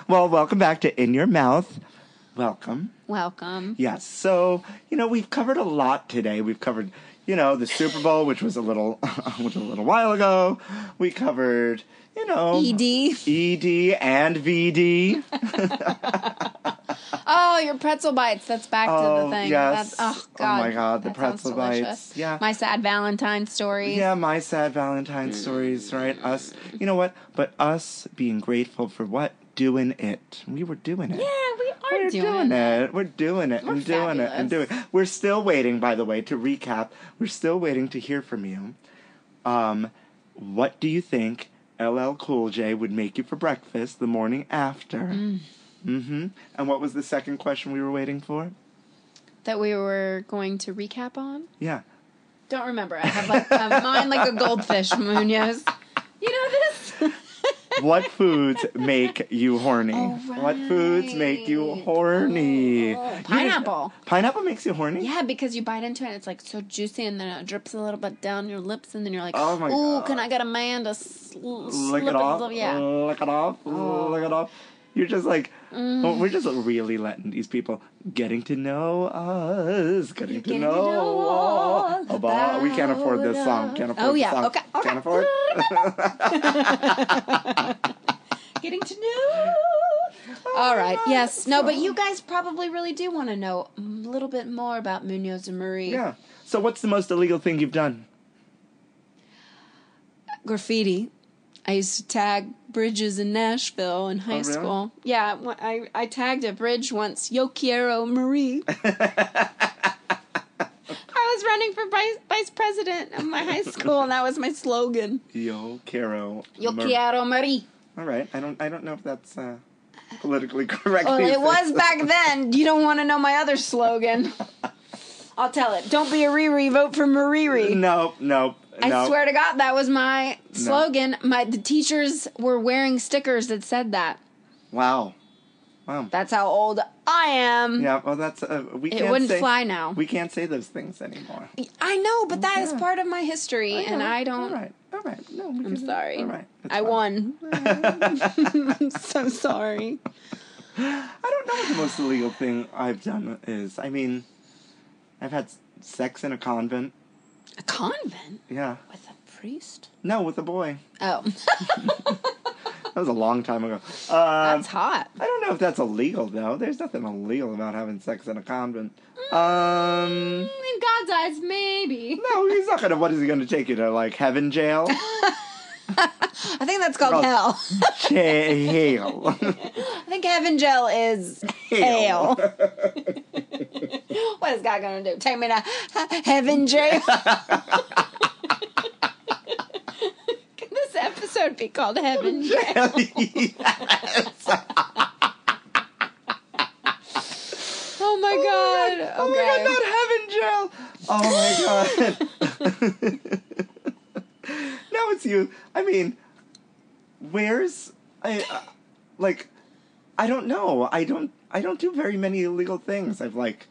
Speaker 2: Well, welcome back to In Your Mouth. Welcome.
Speaker 1: Welcome.
Speaker 2: Yes. So, you know, we've covered a lot today. We've covered, you know, the Super Bowl, which was a little which was a little while ago. We covered, you know,
Speaker 1: E ED.
Speaker 2: ED and VD.
Speaker 1: Oh, your pretzel bites. That's back to
Speaker 2: Oh,
Speaker 1: the thing. That's,
Speaker 2: yes.
Speaker 1: oh,
Speaker 2: Oh
Speaker 1: God.
Speaker 2: my God, the
Speaker 1: That sounds
Speaker 2: pretzel bites.
Speaker 1: delicious.
Speaker 2: Yeah.
Speaker 1: My sad Valentine stories.
Speaker 2: yeah, my sad Valentine stories, right? Us, you know what? But us being grateful for what? Doing it. We were doing it.
Speaker 1: Yeah, we are
Speaker 2: We're doing, it. We're doing it.
Speaker 1: We're
Speaker 2: and doing it. And doing
Speaker 1: fabulous.
Speaker 2: it. We're still waiting, by the way, to recap. We're still waiting to hear from you. Um, what do you think LL Cool J would make you for breakfast the morning after?
Speaker 1: Mm.
Speaker 2: hmm And what was the second question we were waiting for?
Speaker 1: That we were going to recap on.
Speaker 2: Yeah.
Speaker 1: Don't remember. I have like a mind like a goldfish, Munoz. You know this?
Speaker 2: What foods make you horny?
Speaker 1: Oh,
Speaker 2: What foods make you
Speaker 1: right.
Speaker 2: horny?
Speaker 1: Oh,
Speaker 2: You-
Speaker 1: pineapple.
Speaker 2: pineapple makes you horny?
Speaker 1: Yeah, because you bite into it and it's like so juicy and then it drips a little bit down your lips and then you're like,
Speaker 2: Oh my
Speaker 1: Ooh,
Speaker 2: God.
Speaker 1: can I get a man to sl-
Speaker 2: lick
Speaker 1: slip
Speaker 2: it off,
Speaker 1: Slip? Yeah. Oh.
Speaker 2: lick it off, lick it off. You're just like, oh, we're just really letting these people getting to know us, getting, to,
Speaker 1: Getting to
Speaker 2: know,
Speaker 1: know
Speaker 2: all
Speaker 1: all
Speaker 2: about. We can't afford this
Speaker 1: about
Speaker 2: song. Can't
Speaker 1: us.
Speaker 2: afford
Speaker 1: Oh,
Speaker 2: this
Speaker 1: yeah.
Speaker 2: song.
Speaker 1: Okay, okay.
Speaker 2: Can't afford.
Speaker 1: Getting to know. All right. Yes. No, but you guys probably really do want to know a little bit more about Munoz and Marie.
Speaker 2: yeah. So what's the most illegal thing you've done?
Speaker 1: graffiti. I used to tag bridges in Nashville in high
Speaker 2: Oh, really?
Speaker 1: school. Yeah, wh- I, I tagged a bridge once, Yo Quiero Marie. I was running for vice, vice president of my high school, and that was my slogan
Speaker 2: Yo quiero.
Speaker 1: Yo
Speaker 2: Mar-
Speaker 1: Quiero Marie.
Speaker 2: All right. I don't. I don't know if that's uh, politically correct.
Speaker 1: Well,
Speaker 2: these
Speaker 1: Oh, it was
Speaker 2: days.
Speaker 1: back then. You don't want to know my other slogan. I'll tell it. Don't be a Riri, vote for Mariri.
Speaker 2: No. No.
Speaker 1: I
Speaker 2: no.
Speaker 1: swear to God, that was my slogan. My the teachers were wearing stickers that said that.
Speaker 2: Wow. Wow.
Speaker 1: That's how old I am.
Speaker 2: Yeah, well, that's uh, we.
Speaker 1: It
Speaker 2: can't
Speaker 1: wouldn't
Speaker 2: say,
Speaker 1: fly now.
Speaker 2: We can't say those things anymore.
Speaker 1: I know, but that is
Speaker 2: Yeah.
Speaker 1: part of my history, and I
Speaker 2: All
Speaker 1: don't.
Speaker 2: right, all right. No, we
Speaker 1: I'm
Speaker 2: can-
Speaker 1: sorry.
Speaker 2: All right, that's
Speaker 1: I
Speaker 2: fine.
Speaker 1: won. I'm so sorry.
Speaker 2: I don't know what the most illegal thing I've done is. I mean, I've had s- sex in a convent.
Speaker 1: A convent
Speaker 2: Yeah.
Speaker 1: with a priest?
Speaker 2: No, with a boy.
Speaker 1: Oh,
Speaker 2: That was a long time ago. Um,
Speaker 1: that's hot.
Speaker 2: I don't know if that's illegal though. There's nothing illegal about having sex in a convent. Um.
Speaker 1: In God's eyes, maybe.
Speaker 2: No, he's not gonna. What is he gonna take you to? Like heaven jail?
Speaker 1: I think that's called
Speaker 2: Well-
Speaker 1: hell.
Speaker 2: jail.
Speaker 1: I think heaven gel is hell. what is God gonna do? Take me to heaven jail? Can this episode be called heaven jail?
Speaker 2: yes.
Speaker 1: Oh my god.
Speaker 2: Oh my god, not heaven, Gerald! Oh my god. now it's you. I mean, where's I uh, like I don't know. I don't I don't do very many illegal things. I've like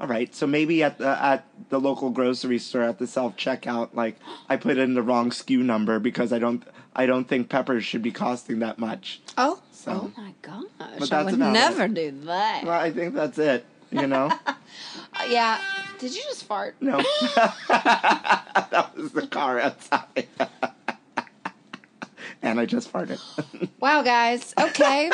Speaker 2: All right, so maybe at the at the local grocery store at the self checkout, like I put in the wrong SKU number because I don't I don't think peppers should be costing that much.
Speaker 1: Oh,
Speaker 2: So-
Speaker 1: oh my
Speaker 2: But
Speaker 1: gosh! I
Speaker 2: that's
Speaker 1: would
Speaker 2: about it.
Speaker 1: never do that.
Speaker 2: Well, I think that's it. You know,
Speaker 1: Uh, yeah. Did you just fart?
Speaker 2: no, that was the car outside, and I just farted.
Speaker 1: Wow, guys. Okay.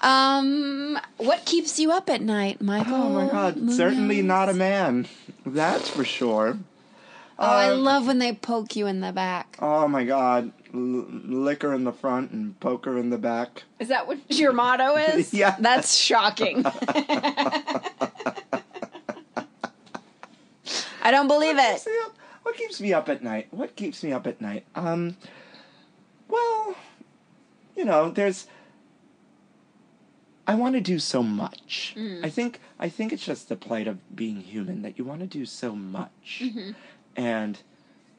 Speaker 1: um, what keeps you up at night, Michael?
Speaker 2: Oh my god,
Speaker 1: Munoz?
Speaker 2: certainly not a man. That's for sure.
Speaker 1: Oh, I
Speaker 2: Uh,
Speaker 1: love when they poke you in the back.
Speaker 2: Oh my god, L- liquor in the front and poker in the back.
Speaker 1: Is that what your motto is?
Speaker 2: Yeah.
Speaker 1: That's shocking. I don't believe it.
Speaker 2: Keeps me up- What keeps me up at night? What keeps me up at night? Um, well, you know, there's. I want to do so much.
Speaker 1: Mm.
Speaker 2: I think I think it's just the plight of being human that you want to do so much,
Speaker 1: Mm-hmm.
Speaker 2: and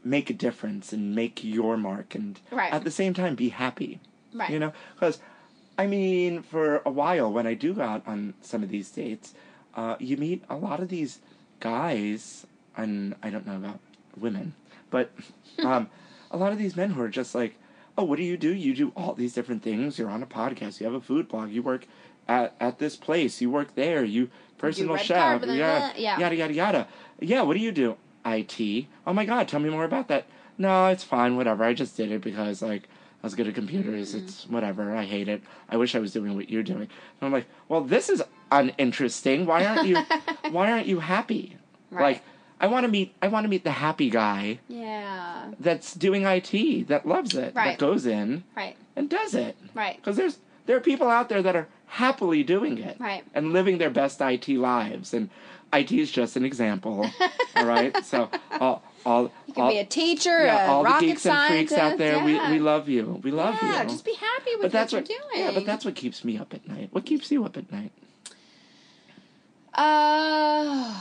Speaker 2: make a difference and make your mark, and
Speaker 1: Right.
Speaker 2: at the same time be happy.
Speaker 1: Right.
Speaker 2: You know, because I mean, for a while when I do go out on some of these dates, uh, you meet a lot of these guys, and I don't know about women, but um, a lot of these men who are just like, oh, what do you do? You do all these different things. You're on a podcast. You have a food blog. You work at at this place. You work there. You personal
Speaker 1: red
Speaker 2: chef.
Speaker 1: carpet, blah,
Speaker 2: yeah,
Speaker 1: blah, yeah.
Speaker 2: yada yada yada. Yeah, what do you do? IT. Oh my god, tell me more about that. No, it's fine, whatever. I just did it because like I was good at computers.
Speaker 1: Mm-hmm.
Speaker 2: It's whatever. I hate it. I wish I was doing what you're doing. And I'm like, well, this is uninteresting. Why aren't you? why aren't you happy?
Speaker 1: Right.
Speaker 2: Like, I want to meet. I want to meet the happy guy
Speaker 1: Yeah.
Speaker 2: that's doing IT that loves it
Speaker 1: Right.
Speaker 2: that goes in
Speaker 1: Right.
Speaker 2: and does it.
Speaker 1: Right.
Speaker 2: Because there's there are people out there that are happily doing it
Speaker 1: Right.
Speaker 2: and living their best IT lives, and IT is just an example. all right, so all all
Speaker 1: You can
Speaker 2: all,
Speaker 1: be a teacher,
Speaker 2: yeah,
Speaker 1: a
Speaker 2: all the
Speaker 1: rocket
Speaker 2: geeks and
Speaker 1: scientist.
Speaker 2: freaks out there,
Speaker 1: yeah.
Speaker 2: we, we love you. We love
Speaker 1: Yeah,
Speaker 2: you.
Speaker 1: just be happy with
Speaker 2: but that's
Speaker 1: what
Speaker 2: what
Speaker 1: you're doing.
Speaker 2: yeah, but that's what keeps me up at night. What keeps you up at night?
Speaker 1: Uh,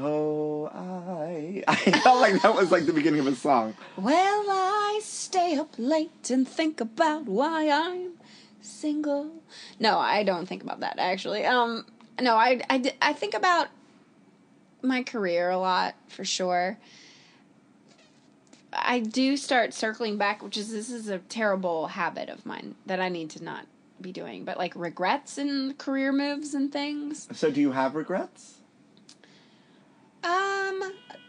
Speaker 2: Oh, I I felt like that was like the beginning of a song.
Speaker 1: Well, I stay up late and think about why I'm single. No, I don't think about that actually. Um, no, I, I, d- I think about my career a lot for sure. I do start circling back, which is this is a terrible habit of mine that I need to not be doing, but like regrets and career moves and things.
Speaker 2: So, do you have regrets?
Speaker 1: Um,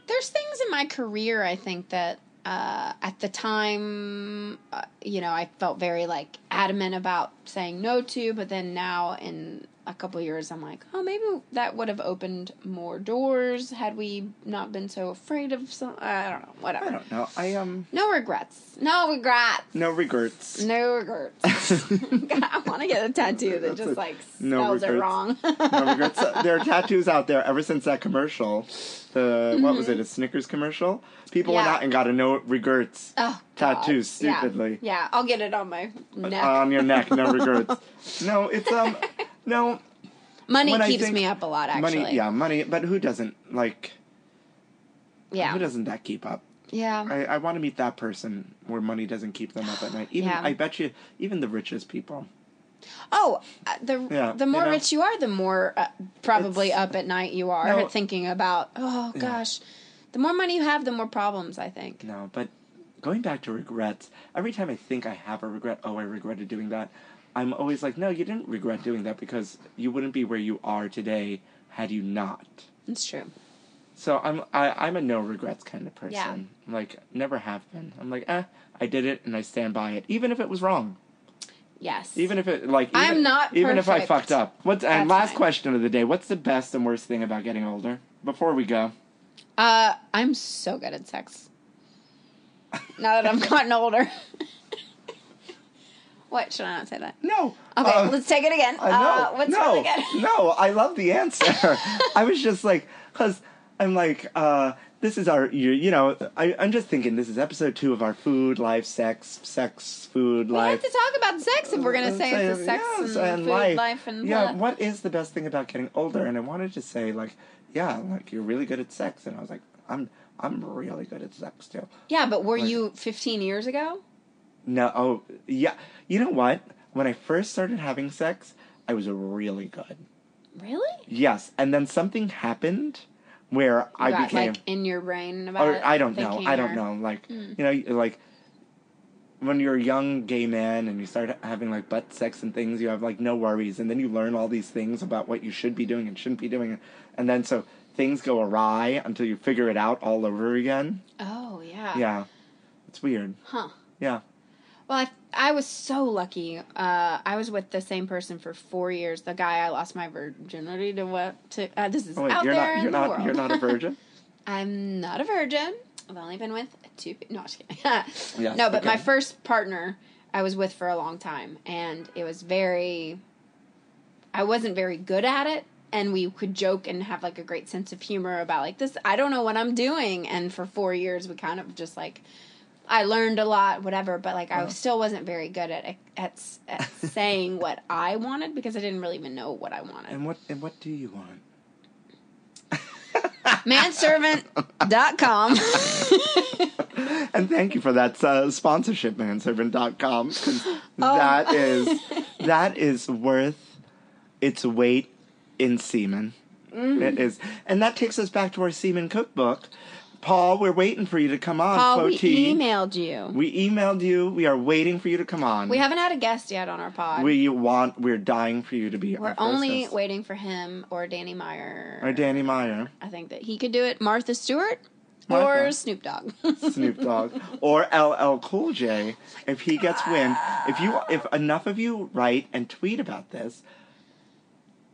Speaker 1: there's things in my career I think that uh, at the time, uh, you know, I felt very like adamant about saying no to, but then now in a couple years, I'm like, oh, maybe that would have opened more doors had we not been so afraid of some. I don't know, whatever.
Speaker 2: I don't know. I um
Speaker 1: No regrets. No regrets.
Speaker 2: no regrets.
Speaker 1: No regrets. I want to get a tattoo that
Speaker 2: That's
Speaker 1: just
Speaker 2: it.
Speaker 1: like
Speaker 2: No
Speaker 1: spells it
Speaker 2: regrets.
Speaker 1: wrong.
Speaker 2: no regrets. There are tattoos out there ever since that commercial. The what was it? A Snickers commercial. People went
Speaker 1: Mm-hmm. Yeah.
Speaker 2: out and got a no regrets
Speaker 1: oh, God.
Speaker 2: tattoo
Speaker 1: Yeah.
Speaker 2: stupidly uh,
Speaker 1: Yeah. I'll get it on my neck.
Speaker 2: on your neck. No regrets. no, it's um, no
Speaker 1: Money
Speaker 2: when I
Speaker 1: keeps
Speaker 2: think-
Speaker 1: me up a lot, actually.
Speaker 2: money. Yeah, money. But who doesn't like?
Speaker 1: Yeah.
Speaker 2: Who doesn't that keep up?
Speaker 1: yeah.
Speaker 2: I, I want to meet that person where money doesn't keep them up at night. Even
Speaker 1: Yeah.
Speaker 2: I bet you, even the richest people.
Speaker 1: oh, uh, the
Speaker 2: Yeah,
Speaker 1: the more
Speaker 2: you know.
Speaker 1: rich you are, the more uh, probably
Speaker 2: It's-
Speaker 1: up at night you are
Speaker 2: No.
Speaker 1: thinking about. Oh gosh, the more money you have, the more problems. I think.
Speaker 2: No, but going back to regrets, every time I think I have a regret, oh, I regretted doing that, I'm always like, no, you didn't regret doing that because you wouldn't be where you are today had you not.
Speaker 1: It's true.
Speaker 2: So I'm I, I'm a no regrets kind of person. Like never have been. I'm like, eh, I did it and I stand by it, even if it was wrong.
Speaker 1: Yes.
Speaker 2: Even if it like even,
Speaker 1: I'm not
Speaker 2: even if I
Speaker 1: perfect.
Speaker 2: fucked up. What's and
Speaker 1: That's
Speaker 2: last
Speaker 1: fine.
Speaker 2: question of the day? What's the best and worst thing about getting older? Before we go,
Speaker 1: uh, I'm so good at sex. now that I've gotten older. what should I not say that?
Speaker 2: no.
Speaker 1: Okay,
Speaker 2: um,
Speaker 1: let's take it again.
Speaker 2: I
Speaker 1: Uh,
Speaker 2: know.
Speaker 1: what's
Speaker 2: no,
Speaker 1: really good?
Speaker 2: no, I love the answer. I was just like, because I'm like, uh, this is our, you, you know, I, I'm just thinking this is episode two of our food, life, sex, sex, food,
Speaker 1: We have
Speaker 2: life.
Speaker 1: to talk about sex if we're gonna say it's a sex
Speaker 2: Yes,
Speaker 1: and, food life, and
Speaker 2: yeah.
Speaker 1: blah.
Speaker 2: What is the best thing about getting older? And I wanted to say like, yeah, like you're really good at sex, and I was like, I'm, I'm really good at sex too.
Speaker 1: Yeah, but were
Speaker 2: Like-
Speaker 1: you 15 years ago?
Speaker 2: No, oh yeah, you know what? When I first started having sex, I was really good.
Speaker 1: Really?
Speaker 2: Yes, and then something happened where I
Speaker 1: got,
Speaker 2: became
Speaker 1: like in your brain about
Speaker 2: or
Speaker 1: it,
Speaker 2: I don't know.
Speaker 1: thinking
Speaker 2: I don't
Speaker 1: or- Hmm.
Speaker 2: know. Like you know, like when you're a young gay man and you start having like butt sex and things, you have like no worries, and then you learn all these things about what you should be doing and shouldn't be doing, and then so things go awry until you figure it out all over again.
Speaker 1: Oh yeah.
Speaker 2: Yeah, it's weird.
Speaker 1: Huh.
Speaker 2: Yeah.
Speaker 1: Well, I, I was so lucky. Uh, I was with the same person for four years. The guy I lost my virginity to what to uh, this is
Speaker 2: Oh wait,
Speaker 1: out
Speaker 2: you're
Speaker 1: there
Speaker 2: not.
Speaker 1: in
Speaker 2: You're
Speaker 1: the
Speaker 2: not.
Speaker 1: world.
Speaker 2: You're not a virgin.
Speaker 1: I'm not a virgin. I've only been with two. pe- No, I'm just kidding.
Speaker 2: Yes,
Speaker 1: no, but my
Speaker 2: okay.
Speaker 1: first partner I was with for a long time, and it was very. I wasn't very good at it, and we could joke and have like a great sense of humor about like this. I don't know what I'm doing, and for four years we kind of just like. I learned a lot, whatever, but like
Speaker 2: Uh-huh.
Speaker 1: I still wasn't very good at at, s- at saying what I wanted because I didn't really even know what I wanted.
Speaker 2: and what? And what do you want?
Speaker 1: Manservant.com.
Speaker 2: And thank you for that uh, sponsorship, manservant.com. 'cause
Speaker 1: Oh.
Speaker 2: That is that is worth its weight in semen.
Speaker 1: Mm.
Speaker 2: It is, and that takes us back to our semen cookbook. Paul, we're waiting for you to come on.
Speaker 1: Paul, we
Speaker 2: Foti.
Speaker 1: emailed you.
Speaker 2: We emailed you. We are waiting for you to come on.
Speaker 1: We haven't had a guest yet on our pod. We,
Speaker 2: We want. We're dying for you to be.
Speaker 1: are
Speaker 2: our
Speaker 1: only
Speaker 2: hostess.
Speaker 1: waiting for him or Danny Meyer.
Speaker 2: Or Danny Meyer,
Speaker 1: I think that he could do it. Martha Stewart or
Speaker 2: Martha.
Speaker 1: Snoop Dogg.
Speaker 2: Snoop Dogg, or LL Cool J, if he gets wind. If you, if enough of you write and tweet about this,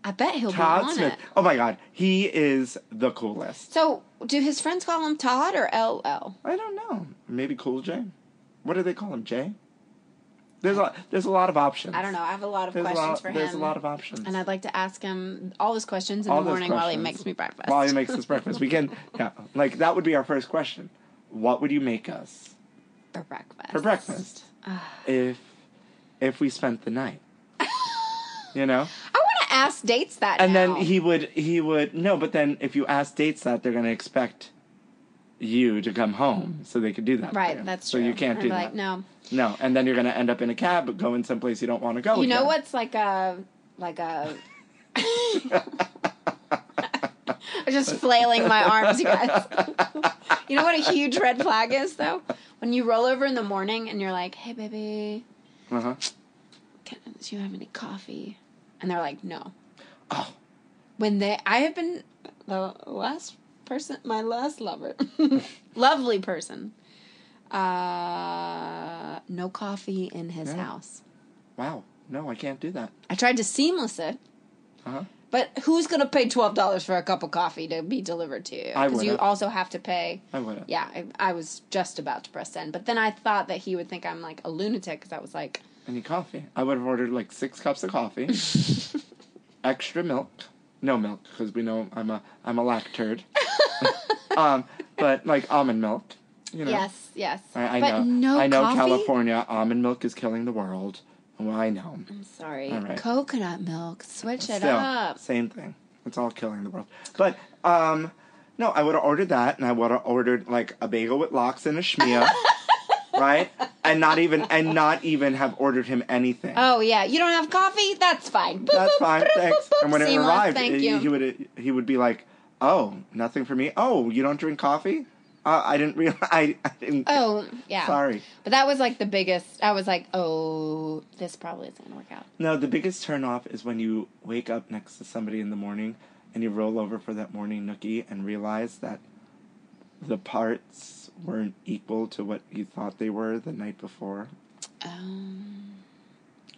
Speaker 1: I bet he'll be
Speaker 2: Todd
Speaker 1: on
Speaker 2: Smith.
Speaker 1: it.
Speaker 2: Oh my God, he is the coolest.
Speaker 1: So, do his friends call him Todd or LL?
Speaker 2: I don't know. Maybe Cool J. What do they call him, Jay? There's a there's a lot of options.
Speaker 1: I don't know. I have a lot of
Speaker 2: There's a
Speaker 1: questions
Speaker 2: lot,
Speaker 1: for
Speaker 2: there's
Speaker 1: him.
Speaker 2: a lot of options.
Speaker 1: and I'd like to ask him all his questions in
Speaker 2: All
Speaker 1: the
Speaker 2: those
Speaker 1: morning while he
Speaker 2: questions.
Speaker 1: makes me breakfast.
Speaker 2: While he makes us breakfast, we can. Yeah, like that would be our first question. What would you make us
Speaker 1: for breakfast.
Speaker 2: for breakfast if if we spent the night? you know.
Speaker 1: I want to ask dates that
Speaker 2: and
Speaker 1: now.
Speaker 2: then he would he would no but then if you ask dates that they're going to expect you to come home so they could do that for
Speaker 1: Right,
Speaker 2: you.
Speaker 1: that's
Speaker 2: so
Speaker 1: true.
Speaker 2: you can't
Speaker 1: I'd
Speaker 2: do
Speaker 1: be
Speaker 2: that
Speaker 1: Like, no.
Speaker 2: no and then you're going to end up in a cab going someplace you don't want to go
Speaker 1: You know
Speaker 2: again.
Speaker 1: what's like a like a I'm just flailing my arms, you guys. you know what a huge red flag is though? When you roll over in the morning and you're like, "Hey baby,
Speaker 2: uh-huh.
Speaker 1: can, do you have any coffee?" And they're like, "No."
Speaker 2: oh
Speaker 1: When they I have been the last person, my last lover. Lovely person. Uh no coffee in his
Speaker 2: Yeah.
Speaker 1: house.
Speaker 2: wow no i can't do that
Speaker 1: I tried to seamless it.
Speaker 2: uh-huh
Speaker 1: But who's gonna pay twelve dollars for a cup of coffee to be delivered to you?
Speaker 2: I
Speaker 1: Because you
Speaker 2: wouldn't.
Speaker 1: also have to pay.
Speaker 2: i wouldn't
Speaker 1: Yeah, I, I was just about to press send, but then I thought that he would think I'm like a lunatic because I was like,
Speaker 2: any coffee i would have ordered like six cups of coffee extra milk no milk because we know i'm a i'm a lacturd um but like almond milk you know
Speaker 1: yes, yes.
Speaker 2: I, I
Speaker 1: but
Speaker 2: know.
Speaker 1: no
Speaker 2: I know
Speaker 1: coffee?
Speaker 2: California almond milk is killing the world. Well, I know.
Speaker 1: I'm sorry,
Speaker 2: All right.
Speaker 1: coconut milk. Switch it
Speaker 2: Still,
Speaker 1: up.
Speaker 2: same thing. It's all killing the world. But um, no, I would have ordered that, and I would have ordered like a bagel with lox and a schmear, right? And not even and not even have ordered him anything.
Speaker 1: Oh yeah, you don't have coffee? That's fine. Boop,
Speaker 2: That's
Speaker 1: boop,
Speaker 2: fine.
Speaker 1: boop, boop,
Speaker 2: Thanks.
Speaker 1: boop.
Speaker 2: And when it
Speaker 1: Seamless,
Speaker 2: arrived,
Speaker 1: thank
Speaker 2: he,
Speaker 1: you.
Speaker 2: he would he would be like, "Oh, nothing for me. Oh, you don't drink coffee? Uh, I didn't realize. I, I didn't.
Speaker 1: oh yeah.
Speaker 2: Sorry."
Speaker 1: But that was like the biggest. I was like, oh, this probably isn't gonna work out.
Speaker 2: No, the biggest turnoff is when you wake up next to somebody in the morning and you roll over for that morning nookie and realize that the parts weren't equal to what you thought they were the night before.
Speaker 1: Um,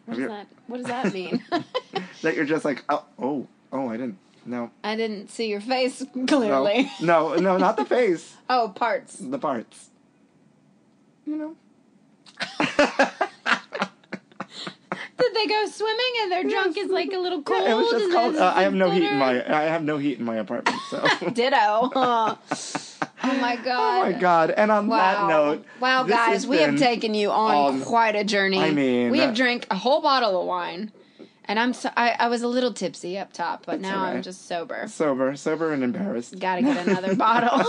Speaker 1: what does
Speaker 2: Have you-
Speaker 1: that? What does that mean?
Speaker 2: That you're just like, oh, oh, oh, I didn't. No.
Speaker 1: I didn't see your face
Speaker 2: No,
Speaker 1: clearly.
Speaker 2: no, no, not the face,
Speaker 1: Oh, parts.
Speaker 2: the parts. You know?
Speaker 1: Did they go swimming and their junk is like a little cold?
Speaker 2: It was just
Speaker 1: and
Speaker 2: called.
Speaker 1: there's
Speaker 2: Uh, I have no heat in
Speaker 1: glitter?
Speaker 2: my. I have no heat in my apartment. So.
Speaker 1: Ditto. huh. oh my god.
Speaker 2: oh my god! And on that
Speaker 1: Wow.
Speaker 2: note,
Speaker 1: wow,
Speaker 2: this
Speaker 1: guys,
Speaker 2: has
Speaker 1: we have
Speaker 2: been-
Speaker 1: taken you on
Speaker 2: on-
Speaker 1: quite a journey.
Speaker 2: I mean- uh,
Speaker 1: we have drank a whole bottle of wine, and I'm so, I, I was a little tipsy up top, but now I'm
Speaker 2: alright.
Speaker 1: just sober.
Speaker 2: sober, sober, and embarrassed.
Speaker 1: Got to get another bottle.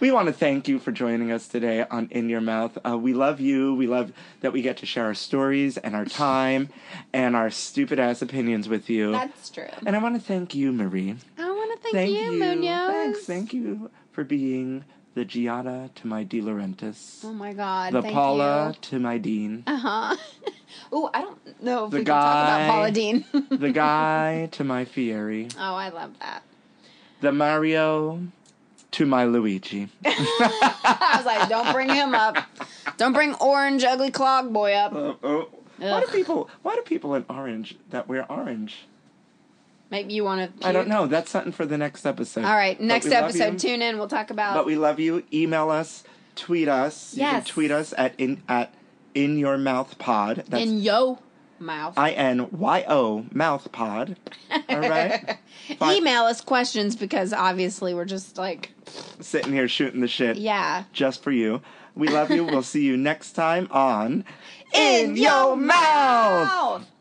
Speaker 2: We want to thank you for joining us today on In Your Mouth. Uh, we love you. We love that we get to share our stories and our time and our stupid ass opinions with you.
Speaker 1: That's true.
Speaker 2: and I want to thank you, Marie.
Speaker 1: I want to thank,
Speaker 2: Thank
Speaker 1: you,
Speaker 2: you.
Speaker 1: Munoz.
Speaker 2: Thanks. Thank you for being the Giada to my De Laurentiis,
Speaker 1: Oh my God.
Speaker 2: the
Speaker 1: thank
Speaker 2: Paula to my Dean,
Speaker 1: Uh huh. oh, I don't know if
Speaker 2: The
Speaker 1: we can talk about
Speaker 2: guy-
Speaker 1: Paula Dean. oh,
Speaker 2: the Guy to my Fieri,
Speaker 1: I love that.
Speaker 2: the Mario to my Luigi. Uh,
Speaker 1: I was like, don't bring him up. Don't bring orange ugly clog boy up.
Speaker 2: Uh, oh. Why do
Speaker 1: Ugh.
Speaker 2: people? Why do people in orange that wear orange?
Speaker 1: Maybe you want to.
Speaker 2: I don't know. That's something for the next episode.
Speaker 1: All right,
Speaker 2: But
Speaker 1: next
Speaker 2: we love you.
Speaker 1: episode, tune in. We'll talk about.
Speaker 2: But we love you. Email us, tweet us. You can
Speaker 1: Yes.
Speaker 2: tweet us at in at in your mouth pod. That's
Speaker 1: in yo mouth.
Speaker 2: I N Y O mouth pod. All right. Fine.
Speaker 1: Email us questions because obviously we're just like,
Speaker 2: Sitting here shooting the shit
Speaker 1: yeah.
Speaker 2: just for you. We love you. We'll see you next time on
Speaker 1: In Your
Speaker 2: Mouth.
Speaker 1: Mouth.